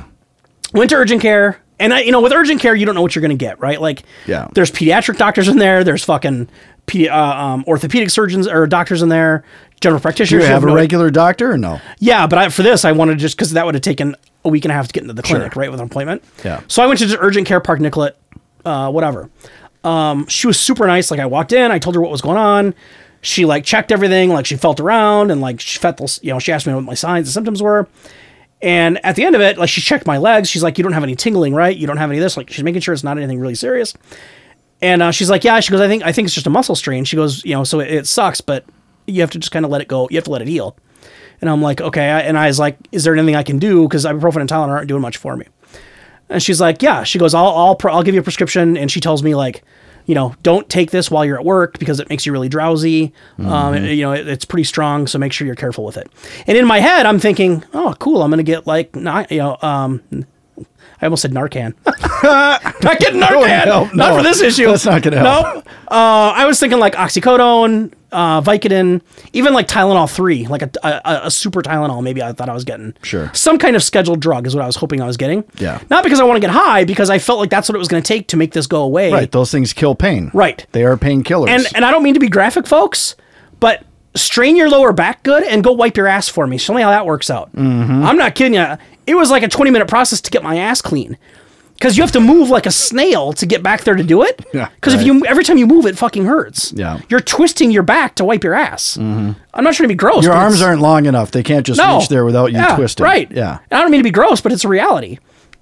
Went to urgent care, and I, you know, with urgent care, you don't know what you're going to get, right? Like,
Yeah.
there's pediatric doctors in there, there's fucking pe- uh, um, orthopedic surgeons or doctors in there, general
Do
practitioners.
you
who
have a
no-
regular doctor or no?
yeah, but I, for this, I wanted to just because that would have taken a week and a half to get into the clinic, right, with an appointment.
Yeah.
So I went to urgent care Park Nicollet, uh, whatever. Um, she was super nice. Like I walked in, I told her what was going on. She like checked everything, like she felt around and like she felt, you know, she asked me what my signs and symptoms were. And at the end of it, like she checked my legs. She's like, "You don't have any tingling, right? You don't have any of this." Like she's making sure it's not anything really serious. And uh, she's like, "Yeah." She goes, "I think I think it's just a muscle strain." She goes, "You know, so it, it sucks, but you have to just kind of let it go. You have to let it heal." And I'm like, "Okay." I, and I was like, "Is there anything I can do?" Because ibuprofen and Tylenol aren't doing much for me. And she's like, "Yeah." She goes, "I'll I'll pro- I'll give you a prescription." And she tells me like, you know, don't take this while you're at work because it makes you really drowsy. Um,
Mm-hmm.
it- you know, it, it's pretty strong, so make sure you're careful with it. And in my head, I'm thinking, "Oh, cool. I'm gonna get like, not, you know, um." I almost said Narcan. not getting Narcan.
no,
not
no.
for this issue.
That's not gonna help.
No. Uh, I was thinking like oxycodone, uh, Vicodin, even like Tylenol three, like a, a, a super Tylenol. Maybe I thought I was getting
Sure.
some kind of scheduled drug is what I was hoping I was getting.
Yeah.
Not because I want to get high, because I felt like that's what it was going to take to make this go away.
Right. Those things kill pain.
Right.
They are painkillers.
And and I don't mean to be graphic, folks, but strain your lower back good and go wipe your ass for me. Show me how that works out.
Mm-hmm.
I'm not kidding you. It was like a 20 minute process to get my ass clean. Because you have to move like a snail to get back there to do it.
Yeah,
Because if
right.
you every time you move, it fucking hurts.
Yeah. Mm-hmm.
You're twisting your back to wipe your ass. I'm not trying to be gross.
Your
but
arms
it's-
aren't long enough. They can't just reach there without you
Yeah,
twisting.
Right.
Yeah.
And I don't mean to be gross, but it's a reality.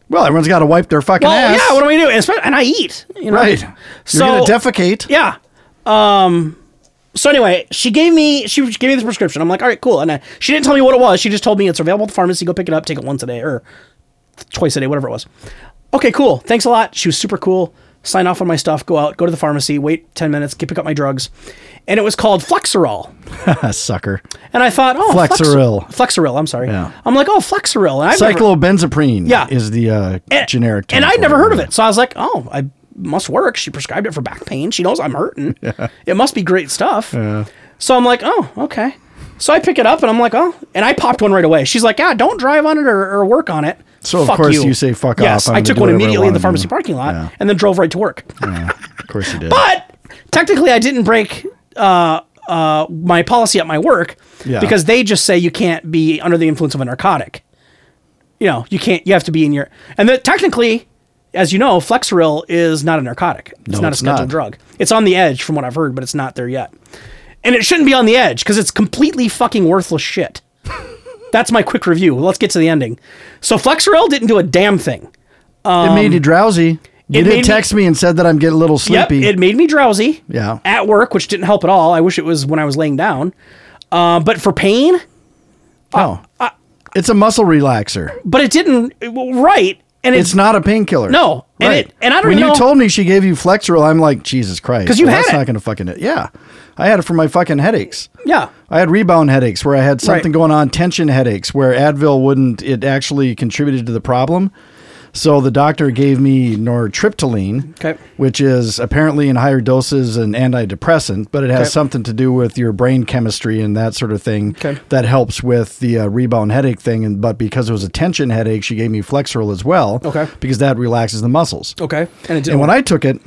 Well, everyone's got to wipe their fucking
Well,
ass.
yeah. What am I gonna do? And, spe- and I eat. You know?
right.
So-
You're gonna defecate.
Yeah. Um. So anyway, she gave me she gave me the prescription. I'm like, all right, cool. And I, she didn't tell me what it was. She just told me it's available at the pharmacy. Go pick it up. Take it once a day or twice a day, whatever it was. Okay, cool. Thanks a lot. She was super cool. Sign off on my stuff. Go out. Go to the pharmacy. Wait ten minutes. Get pick up my drugs. And it was called Flexerol.
Sucker.
And I thought, oh, Flex-
Flexeril.
Flexeril. I'm sorry.
Yeah.
I'm like, oh, Flexeril. And I've never-
Cyclobenzaprine
Yeah.
is the uh, generic term.
and I'd
for
never heard of it. So I was like, oh, I must work. She prescribed it for back pain. She knows I'm hurting. It must be great stuff. So I'm like, oh, okay. So I pick it up and I'm like, oh, and I popped one right away. She's like, yeah, don't drive on it or, or work on it.
So of course you say, "Fuck
yes,
off, I'm
I
gonna
took
do
one
whatever I
immediately in
wanna
the pharmacy
do.
parking lot
Yeah.
and then drove right to work.
Yeah, of course you did.
But technically, I didn't break uh, uh, my policy at my work
Yeah.
because they just say you can't be under the influence of a narcotic. You know, you can't. You have to be in your. And that technically, as you know, Flexeril is not a narcotic. It's
No,
not
it's
a
not.
scheduled drug. It's on the edge, from what I've heard, but it's not there yet. And it shouldn't be on the edge because it's completely fucking worthless shit. That's my quick review. Let's get to the ending. So Flexeril didn't do a damn thing.
it made you drowsy. You
um, it made
did
me-
text me and said that I'm getting a little sleepy.
Yep, it made me drowsy.
Yeah.
At work, which didn't help at all. I wish it was when I was laying down. Uh, but for pain,
oh. it's a muscle relaxer.
but it didn't. Right, and
It's
it's
not a painkiller.
No, and it- and I don't
When
know-
you told me she gave you Flexeril, I'm like, Jesus Christ.
'Cause you
well,
had
that's
it.
not going to fucking it. Yeah. I had it for my fucking headaches.
yeah.
I had rebound headaches where I had something
Right.
going on, tension headaches where Advil wouldn't, it actually contributed to the problem.
So the doctor gave me nortriptyline,
Okay.
which is apparently in higher doses an antidepressant, but it has
Okay.
something to do with your brain chemistry and that sort of thing.
Okay.
That helps with the uh, rebound headache thing. And but because it was a tension headache, she gave me Flexeril as well.
Okay.
Because that relaxes the muscles.
Okay. And it didn't.
And when
work.
I took it,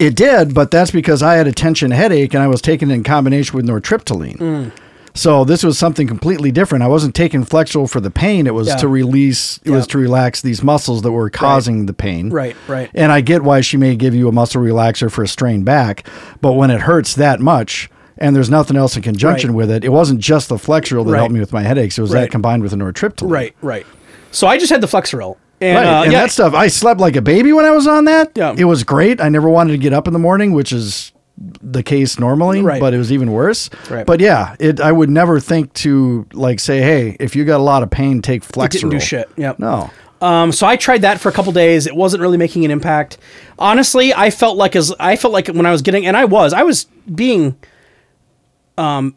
it did, but that's because I had a tension headache and I was taking it in combination with nortriptyline.
Mm.
So this was something completely different. I wasn't taking Flexeril for the pain. It was
Yeah.
to release. It was
Yeah.
to relax these muscles that were causing the pain.
Right, right.
And I get why she may give you a muscle relaxer for a strained back, but when it hurts that much and there's nothing else in conjunction
Right.
with it, it wasn't just the Flexeril that
Right.
helped me with my headaches. It was
Right.
that combined with the nortriptyline.
right, right. So I just had the Flexeril. And,
Right.
uh,
and
yeah,
that stuff, I slept like a baby when I was on that.
Yeah.
It was great. I never wanted to get up in the morning, which is the case normally,
Right.
but it was even worse.
Right.
But yeah, it I would never think to like say, hey, if you got a lot of pain, take Flexeril.
it didn't do shit. Yeah.
No.
Um, so I tried that for a couple days. It wasn't really making an impact. Honestly, I felt like as I felt like when I was getting, and I was, I was being, um,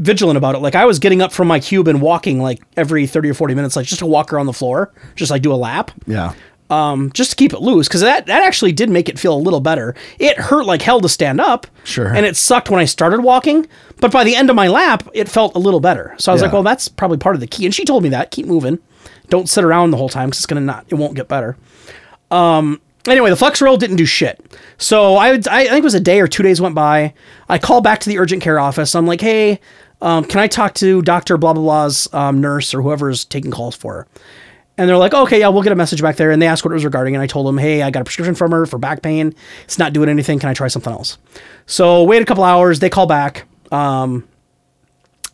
vigilant about it. Like I was getting up from my cube and walking like every thirty or forty minutes, like just to walk around the floor, just like do a lap,
Yeah.
um, just to keep it loose because that that actually did make it feel a little better. It hurt like hell to stand up,
Sure.
and it sucked when I started walking. But by the end of my lap, it felt a little better. So I was
Yeah.
like, well, that's probably part of the key. And she told me that keep moving, don't sit around the whole time because it's gonna not, it won't get better. Um. Anyway, the Flexeril didn't do shit. So I, would, I I think it was a day or two days went by. I call back to the urgent care office. I'm like, hey, um, can I talk to Doctor Blah Blah Blah's um, nurse or whoever's taking calls for her? And they're like, okay, yeah, we'll get a message back there. And they asked what it was regarding. And I told them, hey, I got a prescription from her for back pain. It's not doing anything. Can I try something else? So wait a couple hours. They call back. Um,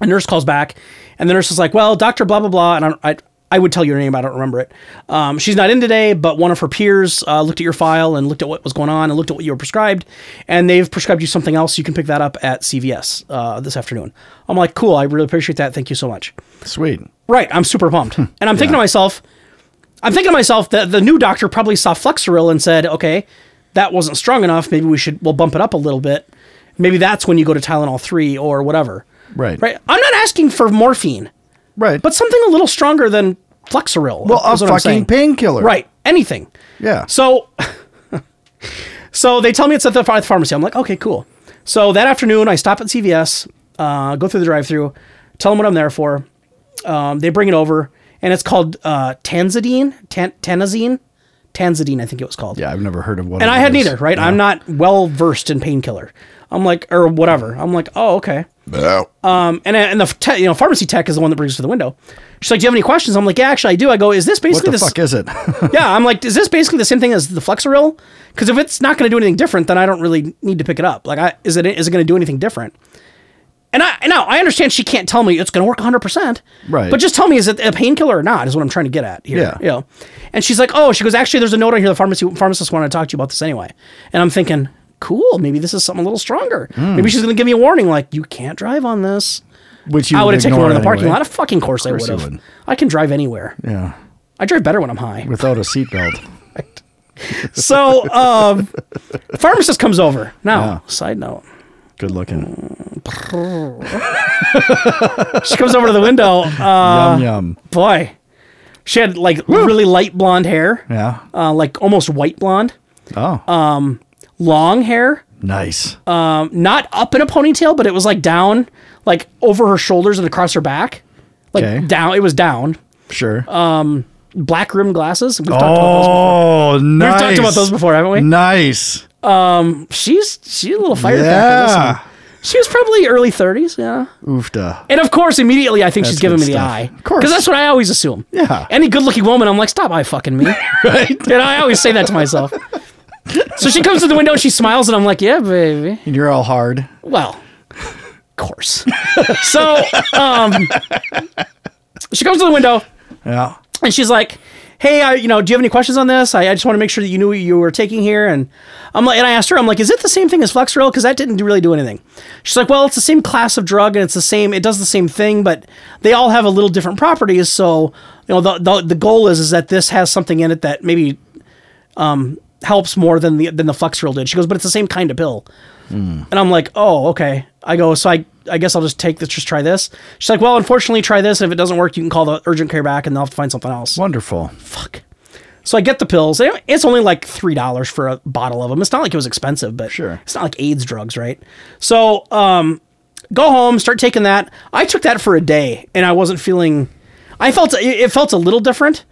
a nurse calls back. And the nurse is like, well, Dr. Blah, blah, blah. And I, I, I would tell you her name, but I don't remember it. Um, she's not in today, but one of her peers uh, looked at your file and looked at what was going on and looked at what you were prescribed. And they've prescribed you something else. You can pick that up at CVS uh, this afternoon. I'm like, cool. I really appreciate that. Thank you so much.
Sweet.
Right, I'm super pumped.
Hmm.
and I'm thinking to myself, I'm thinking to myself that the new doctor probably saw Flexeril and said, okay, that wasn't strong enough. Maybe we should, we'll bump it up a little bit. Maybe that's when you go to Tylenol 3 or whatever.
Right.
Right? I'm not asking for morphine,
Right.
but something a little stronger than Flexeril.
well, a
is what I'm saying.
fucking painkiller.
Right, anything.
Yeah.
So, so they tell me it's at the, ph- the pharmacy. I'm like, okay, cool. So that afternoon, I stop at CVS, uh, go through the drive-through, tell them what I'm there for. Um, they bring it over, and it's called uh, Tanzidine, Tan- Tanazine, Tanzidine, I think it was called.
yeah, I've never heard of what.
And
it
I had
is.
neither, right? I'm not well versed in painkiller. I'm like, or whatever. I'm like, oh, okay. Um, and and the te- you know pharmacy tech is the one that brings us to the window. She's like, do you have any questions? I'm like, yeah, actually, I do. I go, is this
What
basically
the
this?
fuck is it?
yeah, I'm like, is this basically the same thing as the Flexeril? Because if it's not going to do anything different, then I don't really need to pick it up. Like, I, is it is it going to do anything different? And I and now I understand she can't tell me it's going to work 100, percent
Right.
But just tell me, is it a painkiller or not? Is what I'm trying to get at here.
Yeah.
You know? And she's like, oh, she goes, actually, there's a note on here. The pharmacy pharmacist wanted to talk to you about this anyway. And I'm thinking, cool, maybe this is something a little stronger.
Hmm.
Maybe she's going to give me a warning, like you can't drive on this.
Which you
I would have taken
ignore
one in the parking
anyway.
lot. Of fucking course,
course
I
you
would have.
would.
I can drive anywhere.
Yeah.
I drive better when I'm high.
Without a seatbelt.
So, um, pharmacist comes over. Now,
Yeah.
side note,
Good looking.
she comes over to the window. Uh,
yum yum.
boy, she had like really light blonde hair,
Yeah.
uh, like almost white blonde, uh,
Oh.
long hair,
nice.
um, not up in a ponytail, but it was like down, like over her shoulders and across her back, like
Okay.
down. It was down.
sure.
Black rimmed glasses. We've talked about those.
Oh, nice.
We've talked about those before, haven't we?
Nice.
She's she's a little firecracker.
Yeah.
Yeah. She was probably early 30s. Yeah.
Oofda.
And of course, immediately I think she's
That's
giving me
good
the
stuff.
eye.
Of course.
Because that's what I always assume.
Yeah.
Any good looking woman, I'm like, stop eye fucking me.
Right?
and I always say that to myself. so she comes to the window and she smiles, and I'm like, yeah, baby.
And you're all hard.
Well, of course. so um, she comes to the window
Yeah.
and she's like, "Hey, I, you know, do you have any questions on this? I, I just want to make sure that you knew what you were taking here." And I'm like, and I asked her, I'm like, "Is it the same thing as Flexeril? Because that didn't really do anything." She's like, "Well, it's the same class of drug, and it's the same. It does the same thing, but they all have a little different properties. So, you know, the the, the goal is is that this has something in it that maybe um, helps more than the than the Flexeril did." She goes, "But it's the same kind of pill." And I'm like, oh, okay. I go, so I, I guess I'll just take this, just try this. She's like, well, unfortunately, try this. And if it doesn't work, you can call the urgent care back and they'll have to find something else.
Wonderful.
Fuck. So I get the pills. It- It's only like three dollars for a bottle of them. It's not like it was expensive, but
Sure.
it's not like AIDS drugs, right? So um, go home, start taking that. I took that for a day, and I wasn't feeling. I felt it it felt a little different,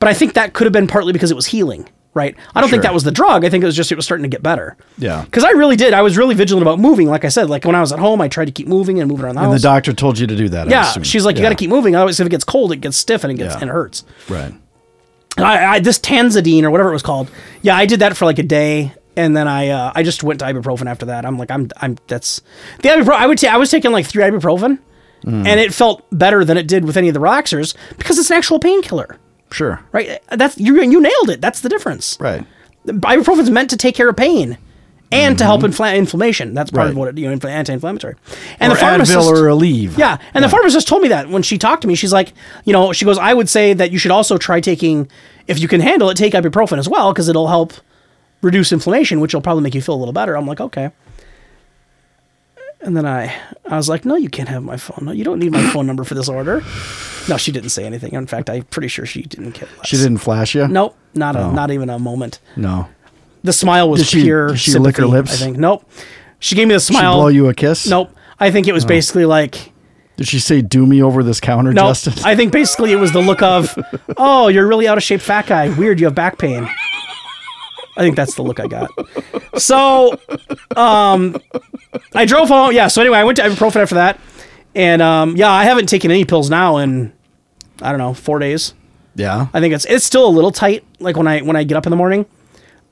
but I think that could have been partly because it was healing, right? I don't think
Sure.
that was the drug. I think it was just it was starting to get better.
Yeah.
Because I really did. I was really vigilant about moving. Like I said, like when I was at home, I tried to keep moving and moving around the
And
house.
the doctor told you to do that. I
yeah,
assume.
she's like, you
Yeah.
got to keep moving. Otherwise, if it gets cold, it gets stiff and it gets
Yeah.
and it hurts.
right.
And I, I this Tanzadine or whatever it was called. Yeah, I did that for like a day, and then I uh, I just went to ibuprofen after that. I'm like I'm I'm that's the ibuprofen. I would say I was taking like three ibuprofen,
Hmm.
and it felt better than it did with any of the relaxers because it's an actual painkiller,
Sure.
right? That's you you nailed it. That's the difference.
Right.
Ibuprofen's meant to take care of pain. And to help infl- inflammation, that's part of
Mm-hmm. Right.
what it, you know, infl- anti-inflammatory. And
Or
the pharmacist,
Advil or Aleve.
yeah, and the pharmacist told me that when she talked to me, she's like, you know, she goes, I would say that you should also try taking, if you can handle it, take ibuprofen as well because it'll help reduce inflammation, which will probably make you feel a little better. I'm like, okay. And then I, I was like, no, you can't have my phone. No, you don't need my phone number for this order. No, she didn't say anything. In fact, I'm pretty sure she didn't care. Less.
She didn't flash you.
Nope, not a, not even a moment.
No.
The smile was
Did she-
pure.
did she lick her
sympathy,
lips?
I think. Nope. She gave me the
Did she
smile.
blow you a Oh. kiss?
Nope. I think it was basically like.
Did she say "do me over this counter,
No,
Justin"?
I think basically it was the look of, oh, you're a really out of shape, fat guy. Weird, you have back pain. I think that's the look I got. So, um, I drove home. Yeah. So anyway, I went to ibuprofen after that, and um, yeah, I haven't taken any pills now in, I don't know, four days.
yeah.
I think it's it's still a little tight. Like when I when I get up in the morning,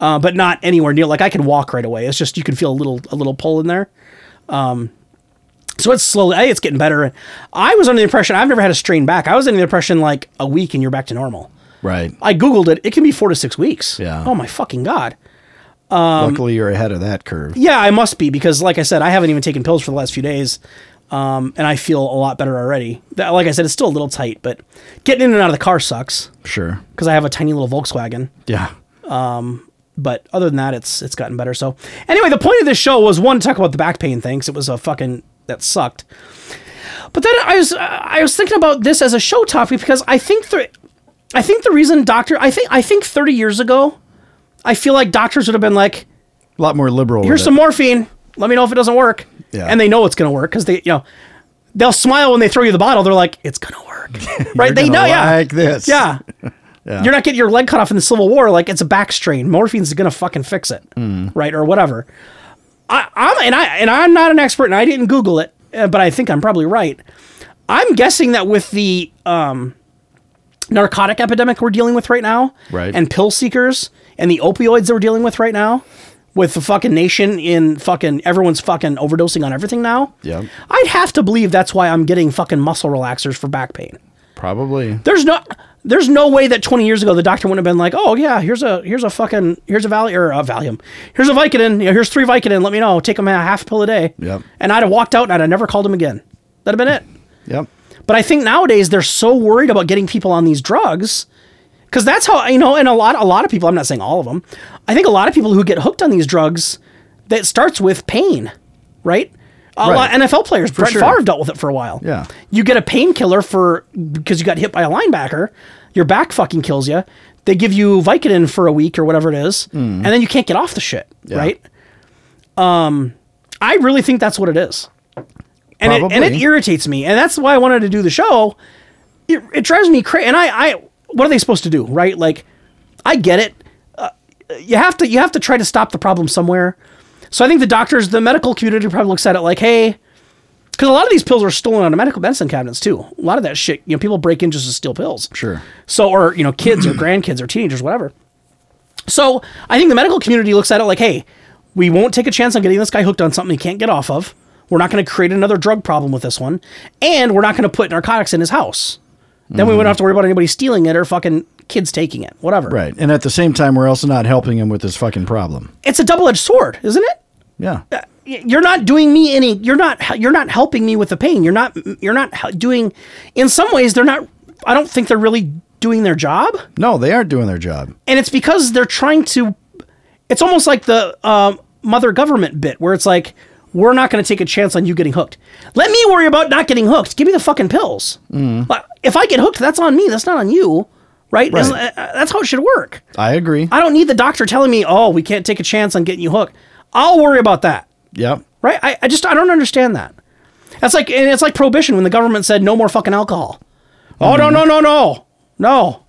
uh, but not anywhere near. Like I can walk right away. It's just you can feel a little a little pull in there. Um, so it's slowly. Hey, it's getting better. I was under the impression I've never had a strain back. I was under the impression like a week and you're back to normal.
right.
I googled it. It can be four to six weeks.
Yeah.
Oh my fucking god.
Luckily, you're ahead of that curve.
um, Yeah, I must be because, like I said, I haven't even taken pills for the last few days, um, and I feel a lot better already. That, like I said, it's still a little tight, but getting in and out of the car sucks
Sure.
because I have a tiny little Volkswagen.
Yeah.
but other than that, it's it's gotten better. So anyway, the point of this show was one to talk about the back pain thing. 'cause it was a fucking that sucked. But then I was I was thinking about this as a show topic because I think the I think the reason doctor I think I think thirty years ago, I feel like doctors would have been like,
A lot more liberal. with
here's
it.
some morphine. Let me know if it doesn't work.
Yeah.
And they know it's gonna work because they you know they'll smile when they throw you the bottle. They're like, it's gonna work, right?
You're
they know,
gonna
yeah.
Like this.
Yeah. You're not getting your leg cut off in the Civil War. Like it's a back strain. Morphine's gonna fucking fix it,
Hmm.
right or whatever. I, I'm and I and I'm not an expert, and I didn't Google it, uh, but I think I'm probably right. I'm guessing that with the um, narcotic epidemic we're dealing with right now,
Right.
and pill seekers and the opioids that we're dealing with right now, with the fucking nation in fucking everyone's fucking overdosing on everything now.
Yep.
I'd have to believe that's why I'm getting fucking muscle relaxers for back pain.
Probably.
There's no there's no way that 20 years ago the doctor wouldn't have been like, "Oh yeah, here's a here's a fucking here's a Valium or a Valium. Here's a Vicodin. Yeah, Here's three Vicodin. Let me know. Take them a half pill a day."
Yep.
And I'd have walked out and I'd have never called him again. That'd have been it.
Yep.
But I think nowadays they're so worried about getting people on these drugs because that's how you know. And a lot, a lot of people. I'm not saying all of them. I think a lot of people who get hooked on these drugs that starts with pain, right? A
Right.
lot NFL players, Brett
sure.
Favre dealt with it for a while.
Yeah.
you get a painkiller for because you got hit by a linebacker. Your back fucking kills you. They give you Vicodin for a week or whatever it is, and then you can't get off the shit,
Hmm. Yeah.
right? Um, I really think that's what it is and it, and it
Probably.
irritates me and that's why i wanted to do the show it, it drives me crazy and i i what are they supposed to do right like i get it uh, you have to you have to try to stop the problem somewhere so i think the doctors the medical community probably looks at it like hey because a lot of these pills are stolen out of medical medicine cabinets too a lot of that shit you know people break in just to steal pills
Sure.
so or you know kids or grandkids or teenagers whatever so I think the medical community looks at it like, hey, we won't take a chance on getting this guy hooked on something he can't get off of. We're not going to create another drug problem with this one, and we're not going to put narcotics in his house. Then we wouldn't have to worry about anybody stealing it or fucking kids taking it, whatever.
Right. And at the same time, we're also not helping him with his fucking problem.
It's a double-edged sword, isn't it?
Yeah.
Y- You're not doing me any. You're not. You're not helping me with the pain. You're not. You're not hel- doing. In some ways, they're not. I don't think they're really doing their job.
No, they aren't doing their job.
and it's because they're trying to it's almost like the um, mother government bit where it's like we're not going to take a chance on you getting hooked let me worry about not getting hooked give me the fucking pills But if i get hooked that's on me that's not on you right?
Right.
Isn't- uh, That's how it should work.
I agree.
I don't need the doctor telling me, oh, we can't take a chance on getting you hooked. I'll worry about that,
yep.
right? I, I just, I don't understand that. That's like, and it's like prohibition when the government said no more fucking alcohol. Oh, no, no, no, no, no.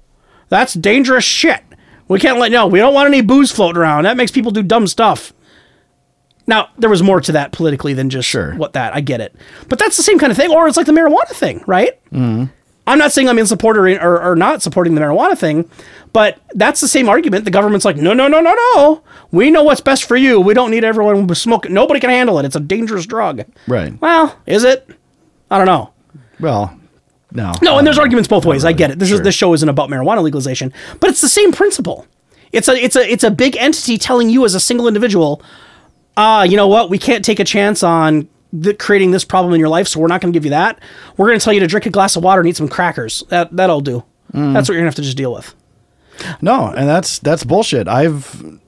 That's dangerous shit. We can't let, no, we don't want any booze floating around. That makes people do dumb stuff. Now, there was more to that politically than just
Sure.
what that, I get it. But that's the same kind of thing, or it's like the marijuana thing, right? I'm not saying I'm in support or, or, or not supporting the marijuana thing, but that's the same argument. The government's like, no, no, no, no, no. We know what's best for you. We don't need everyone smoking. Nobody can handle it. It's a dangerous drug.
Right.
Well, is it? I don't know.
Well, no.
No, and there's arguments both ways. I get it. This
Sure.
is this show isn't about marijuana legalization, but it's the same principle. It's a it's a it's a big entity telling you as a single individual, ah, you know what? We can't take a chance on the, creating this problem in your life, so we're not going to give you that. We're going to tell you to drink a glass of water and eat some crackers. That that'll do.
Mm.
That's what you're going to have to just deal with.
No, and that's that's bullshit. I've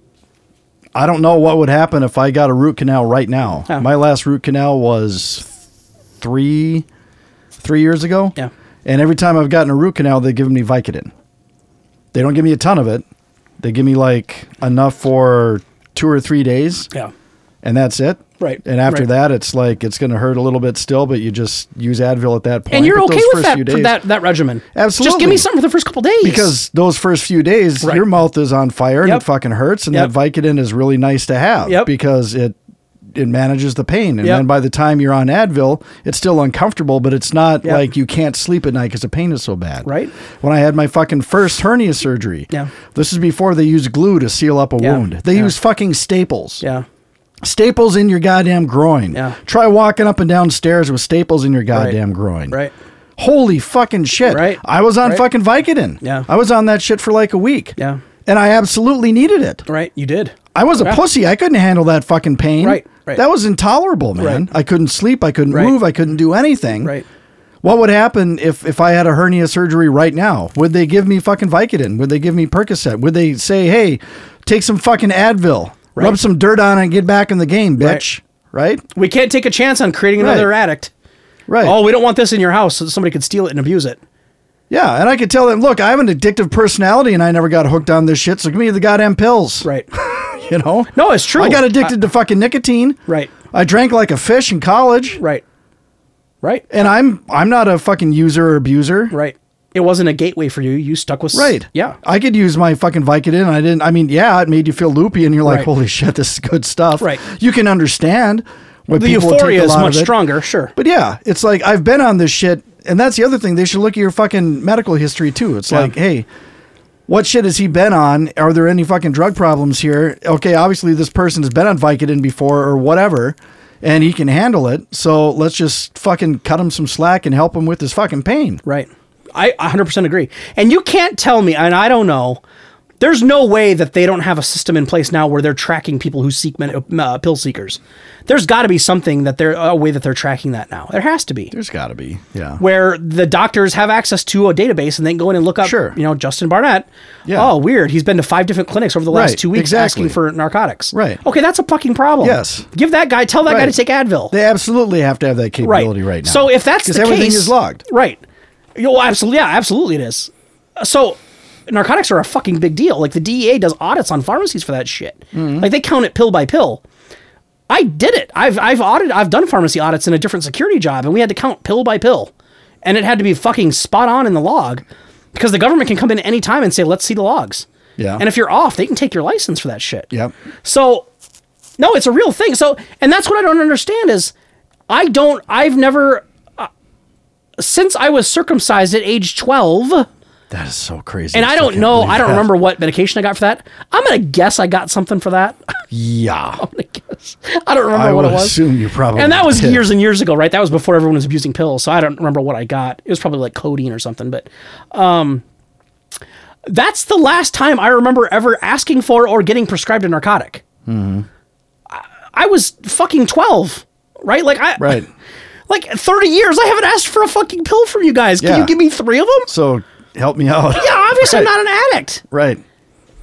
I don't know what would happen if I got a root canal right now.
Oh.
My last root canal was three three years ago.
Yeah.
And every time I've gotten a root canal, they give me Vicodin. They don't give me a ton of it. They give me like enough for two or three days.
Yeah.
And that's it.
Right.
And after
Right.
that, it's like it's going to hurt a little bit still, but you just use Advil at that point.
And you're
But
okay
those
with
first few
that for
days-
that that regimen. Just give
Absolutely.
me something for the first couple days
because those first few days
Right.
your mouth is on fire and
Yep.
it fucking hurts and
Yep.
that Vicodin is really nice to have
Yep.
because it it manages the pain and
Yep.
then by the time you're on Advil it's still uncomfortable but it's not
Yep.
like you can't sleep at night cuz the pain is so bad.
Right.
When I had my fucking first hernia surgery.
Yeah.
This is before they used glue to seal up a
Yeah.
wound. They
Yeah.
use fucking staples
yeah.
staples in your goddamn groin.
Yeah.
Try walking up and down stairs with staples in your goddamn groin.
Right.
Holy fucking shit.
Right.
I was on
Right.
fucking Vicodin.
Yeah.
I was on that shit for like a week.
Yeah.
And I absolutely needed it.
Right, you did.
I was a
Yeah.
pussy. I couldn't handle that fucking pain.
Right, right.
That was intolerable, man.
Right.
I couldn't sleep. I couldn't
Right.
move. I couldn't do anything.
Right.
What would happen if, if I had a hernia surgery right now? Would they give me fucking Vicodin? Would they give me Percocet? Would they say, hey, take some fucking Advil, rub
Right.
some dirt on it, and get back in the game, bitch? Right?
We can't take a chance on creating
Right.
another addict.
Right.
Oh, we don't want this in your house so that somebody could steal it and abuse it.
Yeah, and I could tell them, look, I have an addictive personality and I never got hooked on this shit, so give me the goddamn pills.
Right.
You know?
No, it's true. Uh,
I got addicted to fucking nicotine.
Right.
I drank like a fish in college.
Right. Right.
And I'm I'm not a fucking user or abuser.
Right. It wasn't a gateway for you. You stuck with. s-
Right.
Yeah.
I could use my fucking Vicodin. I didn't. I mean, yeah, it made you feel loopy, and you're like,
Right.
"Holy shit, this is good stuff."
Right.
You can understand. What
The
people
euphoria
take a
is
lot
much
of it.
stronger. Sure.
But yeah, it's like I've been on this shit, and that's the other thing. They should look at your fucking medical history too. It's
Yeah.
like, hey, what shit has he been on? Are there any fucking drug problems here? Okay, obviously this person has been on Vicodin before or whatever, and he can handle it. So let's just fucking cut him some slack and help him with his fucking pain.
Right. I 100% agree. And you can't tell me, and I don't know, there's no way that they don't have a system in place now where they're tracking people who seek men, uh, pill seekers. There's got to be something that they're, a way that they're tracking that now. There has to be.
There's got to be, yeah.
where the doctors have access to a database and they can go in and look up,
Sure.
you know, Justin Barnett.
Yeah.
Oh, weird. He's been to five different clinics over the last
Right,
two weeks
exactly.
asking for narcotics.
Right.
Okay, that's a fucking problem.
Yes.
Give that guy, tell that guy
Right.
to take Advil.
They absolutely have to have that
right.
capability right, now.
So if that's the
because everything
case,
is logged,
Right. Yo, absolutely. Yeah, absolutely it is. So narcotics are a fucking big deal. Like the DEA does audits on pharmacies for that shit.
Mm-hmm.
Like they count it pill by pill. I did it. I've I've audited I've done pharmacy audits in a different security job and we had to count pill by pill. And it had to be fucking spot on in the log because the government can come in any time and say, "Let's see the logs."
Yeah.
And if you're off, they can take your license for that shit.
Yep.
So no, it's a real thing. So, and that's what I don't understand is I don't, I've never, uh, since I was circumcised at age 12,
that is so crazy.
and I
still
don't
can't
know,
believe
I don't
that.
remember what medication I got for that. I'm going to guess I got something for that.
Yeah,
I guess. I don't remember
I
what
would
it was.
assume you probably
and that was
did.
years and years ago, right? That was before everyone was abusing pills, so I don't remember what I got. It was probably like codeine or something, but um, that's the last time I remember ever asking for or getting prescribed a narcotic.
Mm-hmm.
I, I was fucking twelve, right? Like I
right.
like thirty years. I haven't asked for a fucking pill from you guys. Can
Yeah.
you give me three of them?
So help me out.
Yeah, obviously
Right.
I'm not an addict.
Right.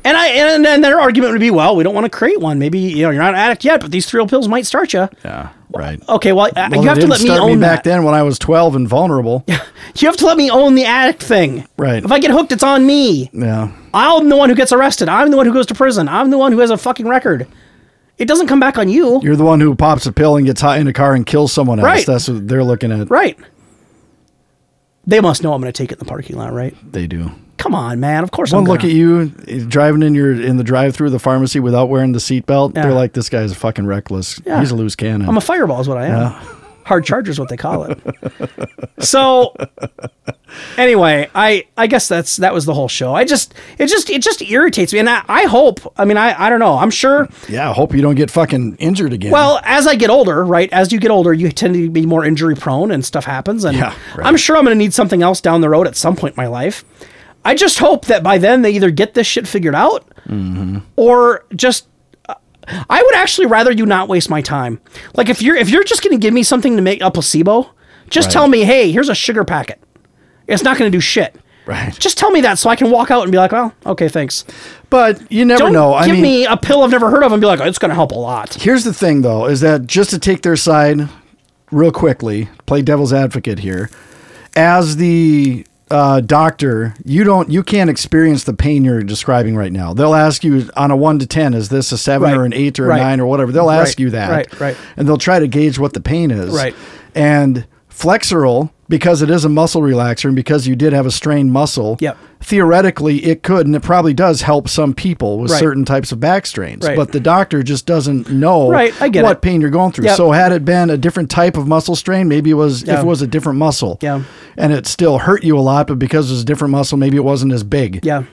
And I and then their argument would be, well, we don't want to create one. Maybe you know you're not an addict yet, but these thrill pills might start you.
Yeah, right.
Okay, well, I- Oh,
Well,
you
they
have to
didn't
let me
start
own
me
that.
back then when I was 12 and vulnerable. Yeah.
You have to let me own the addict thing.
Right.
If I get hooked, it's on me. I'm the one who gets arrested. I'm the one who goes to prison. I'm the one who has a fucking record. It doesn't come back on you.
You're the one who pops a pill and gets hot in a car and kills someone else.
Right.
That's what they're looking at.
right. They must know I'm going to take it in the parking lot, right?
They do.
Come on, man. Of course
One
I'm
look
gonna.
at you eh, driving in your in the drive through the pharmacy without wearing the seatbelt.
Yeah.
They're like, this guy's fucking reckless.
Yeah.
He's a loose cannon.
I'm a fireball is what I am. Hard charger is what they call it. so anyway, I I guess that's that was the whole show. I just it just it just irritates me, and I, I hope. I mean, I I don't know. I'm sure.
yeah, I hope you don't get fucking injured again.
Well, as I get older, right? As you get older, you tend to be more injury prone, and stuff happens. And
Yeah, right.
I'm sure I'm going to need something else down the road at some point in my life. I just hope that by then they either get this shit figured out,
Mm-hmm.
or just uh, I would actually rather you not waste my time. Like if you're if you're just going to give me something to make a placebo, just
Right.
tell me, "Hey, here's a sugar packet." It's not going to do shit.
right.
Just tell me that so I can walk out and be like, "Well, okay, thanks."
But you never
Don't
know. Oh, I
give
mean,
me a pill I've never heard of and be like, "Oh, "It's going to help a lot."
here's the thing though, is that just to take their side real quickly, play devil's advocate here. As the uh, doctor, you don't you can't experience the pain you're describing right now. They'll ask you on a one to ten, is this a seven
Right.
or an eight or
Right.
a nine or whatever? They'll
Right.
ask you that.
Right. Right.
And they'll try to gauge what the pain is.
Right.
And flexoral, because it is a muscle relaxer and because you did have a strained muscle,
Yep.
theoretically it could and it probably does help some people with
Right.
certain types of back strains.
Right.
But the doctor just doesn't know
Right, I get
what
it.
pain you're going through.
Yep.
So had it been a different type of muscle strain, maybe it was
Yeah.
if it was a different muscle,
Yeah.
and it still hurt you a lot, but because it was a different muscle, maybe it wasn't as big,
Yeah.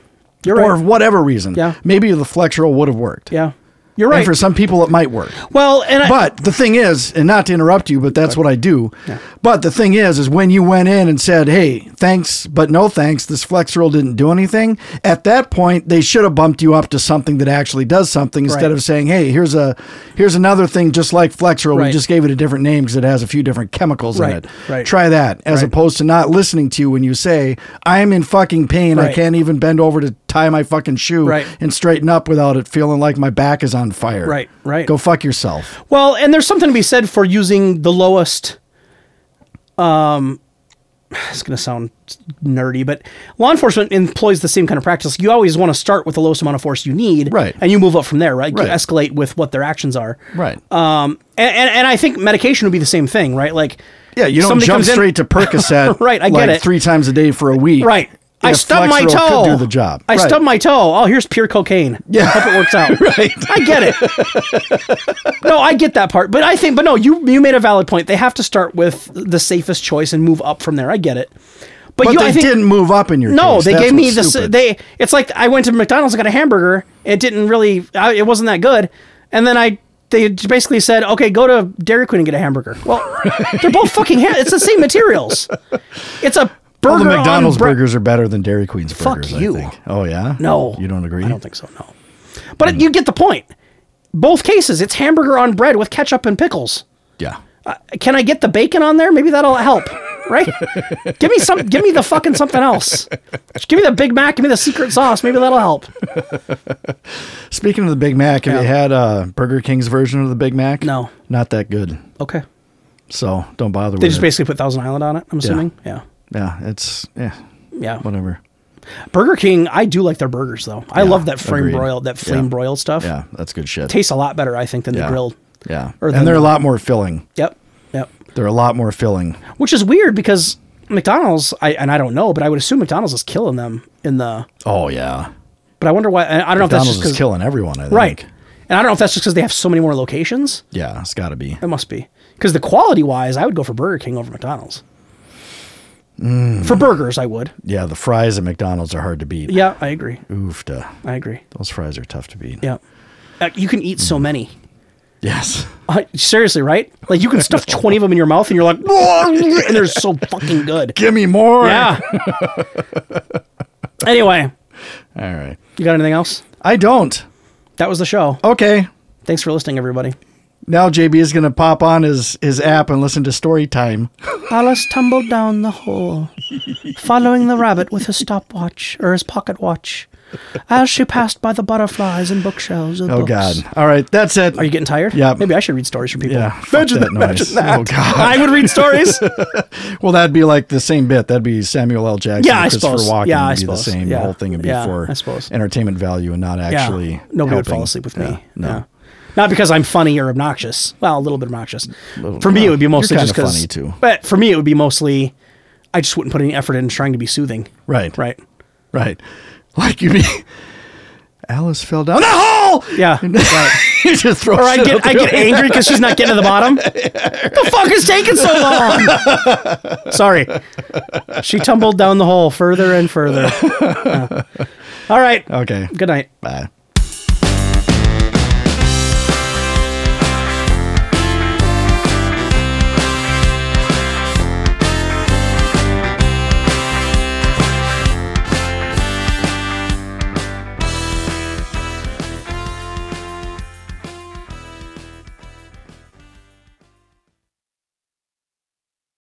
You're
or
right.
whatever reason,
Yeah.
maybe the flexural would have worked.
Yeah. You're
And
right.
for some people, it might work.
well, and I,
But the thing is, and not to interrupt you, but that's what I do. But the thing is, is when you went in and said, "Hey, thanks, but no thanks," this flexural didn't do anything. At that point, they should have bumped you up to something that actually does something instead
Right.
of saying, "Hey, here's a here's another thing just like flexural.
Right.
We just gave it a different name because it has a few different chemicals
Right,
in it.
right.
Try that." As
Right.
opposed to not listening to you when you say, "I am in fucking pain.
Right.
I can't even bend over to tie my fucking shoe
Right.
and straighten up without it feeling like my back is on fire."
Right, right.
Go fuck yourself.
well, and there's something to be said for using the lowest. Um, it's going to sound nerdy, but law enforcement employs the same kind of practice. You always want to start with the lowest amount of force you need,
Right.
And you move up from there, right?
Right.
You escalate with what their actions are,
Right.
Um, and, and and I think medication would be the same thing, right? Like,
yeah, you don't
somebody
jump
comes in-
straight to Percocet.
Right, I get
like
it.
Three times a day for a week.
Right. I
if
stubbed my
Flexeril
toe.
Could do the job.
I stubbed my toe. Oh, here's pure cocaine. Yeah. Hope it works out. right. I get it. no, I get that part. But I think, but no, you you made a valid point. They have to start with the safest choice and move up from there. I get it. But,
But
you,
they
I think,
didn't move up in your.
No,
case.
they
That's
gave me
what's
this.
stupid.
They. It's like I went to McDonald's, I got a hamburger. It didn't really. I, it wasn't that good. And then I. They basically said, "Okay, go to Dairy Queen and get a hamburger." Well, they're both fucking. Ha- it's the same materials. It's a burger.
All the
on
McDonald's
bre-
burgers are better than Dairy Queen's
Fuck
burgers.
you.
I think. Oh yeah.
No.
you don't agree.
I don't think so, no. But you get the point. Both cases, it's hamburger on bread with ketchup and pickles.
Yeah.
Uh, can I get the bacon on there? Maybe that'll help, right? give me some. Give me the fucking something else. Just give me the Big Mac. Give me the secret sauce. Maybe that'll help.
Speaking of the Big Mac, have
Yeah.
you had uh, Burger King's version of the Big Mac?
No.
Not that good.
Okay.
So don't bother
They
with
just
it.
basically put Thousand Island on it. I'm assuming. Yeah.
yeah, it's yeah,
Yeah.
whatever.
Burger King. I do like their burgers though. I love that flame
agreed.
broiled. That flame
Yeah.
broiled stuff.
Yeah, that's good shit.
Tastes a lot better, I think, than
yeah.
the grilled.
Yeah.
Or than
and they're a
the-
lot more filling.
Yep. Yep.
They're a lot more filling.
which is weird because McDonald's, I and I don't know, but I would assume McDonald's is killing them in the.
Oh yeah.
But I wonder why. I I don't know if that's
McDonald's
just
is
because
killing everyone. I think.
right, and I don't know if that's just because they have so many more locations.
Yeah, it's got to be.
It must be because the quality wise, I would go for Burger King over McDonald's.
Mm.
For burgers, I would.
Yeah, the fries at McDonald's are hard to beat.
Yeah, I agree.
Oof, duh.
I agree.
those fries are tough to beat.
Yeah, uh, you can eat
Mm.
so many.
Yes.
Uh, seriously, right? Like you can stuff twenty of them in your mouth, and you're like, and they're so fucking good.
Give me more.
Yeah. anyway,
All right.
you got anything else?
I don't.
That was the show.
Okay.
Thanks for listening, everybody.
Now JB is gonna pop on his his app and listen to story time.
Alice tumbled down the hole, following the rabbit with his stopwatch or his pocket watch. as she passed by the butterflies and bookshelves. Of
Oh
books.
God! All right, that's it.
Are you getting tired?
Yeah.
Maybe I should read stories for people.
yeah, fuck
Imagine that.
noise.
Imagine that.
Oh God!
I would read stories.
Well, that'd be like the same bit. That'd be Samuel L. Jackson.
Yeah,
and
I
Christopher
suppose.
Walken
Yeah, I
would be
suppose.
the same.
Yeah.
The whole thing would be
Yeah,
for
I suppose.
entertainment value and not actually.
yeah. nobody would fall
helping.
asleep with
Yeah,
me.
No.
Yeah. Not because I'm funny or obnoxious. Well, a little bit obnoxious. For me, it
well,
would be
you're
mostly just
kinda
because.
funny, too.
But for me, it would be mostly. I just wouldn't put any effort in trying to be soothing.
Right.
Right.
Right. Like you mean Alice fell down the hole.
Yeah. right.
you just throw
Or I
shit
get
up
I
there.
get angry because she's not getting to the bottom. the fuck is taking so long? Sorry, she tumbled down the hole further and further. Yeah. All right.
Okay.
Good night.
Bye.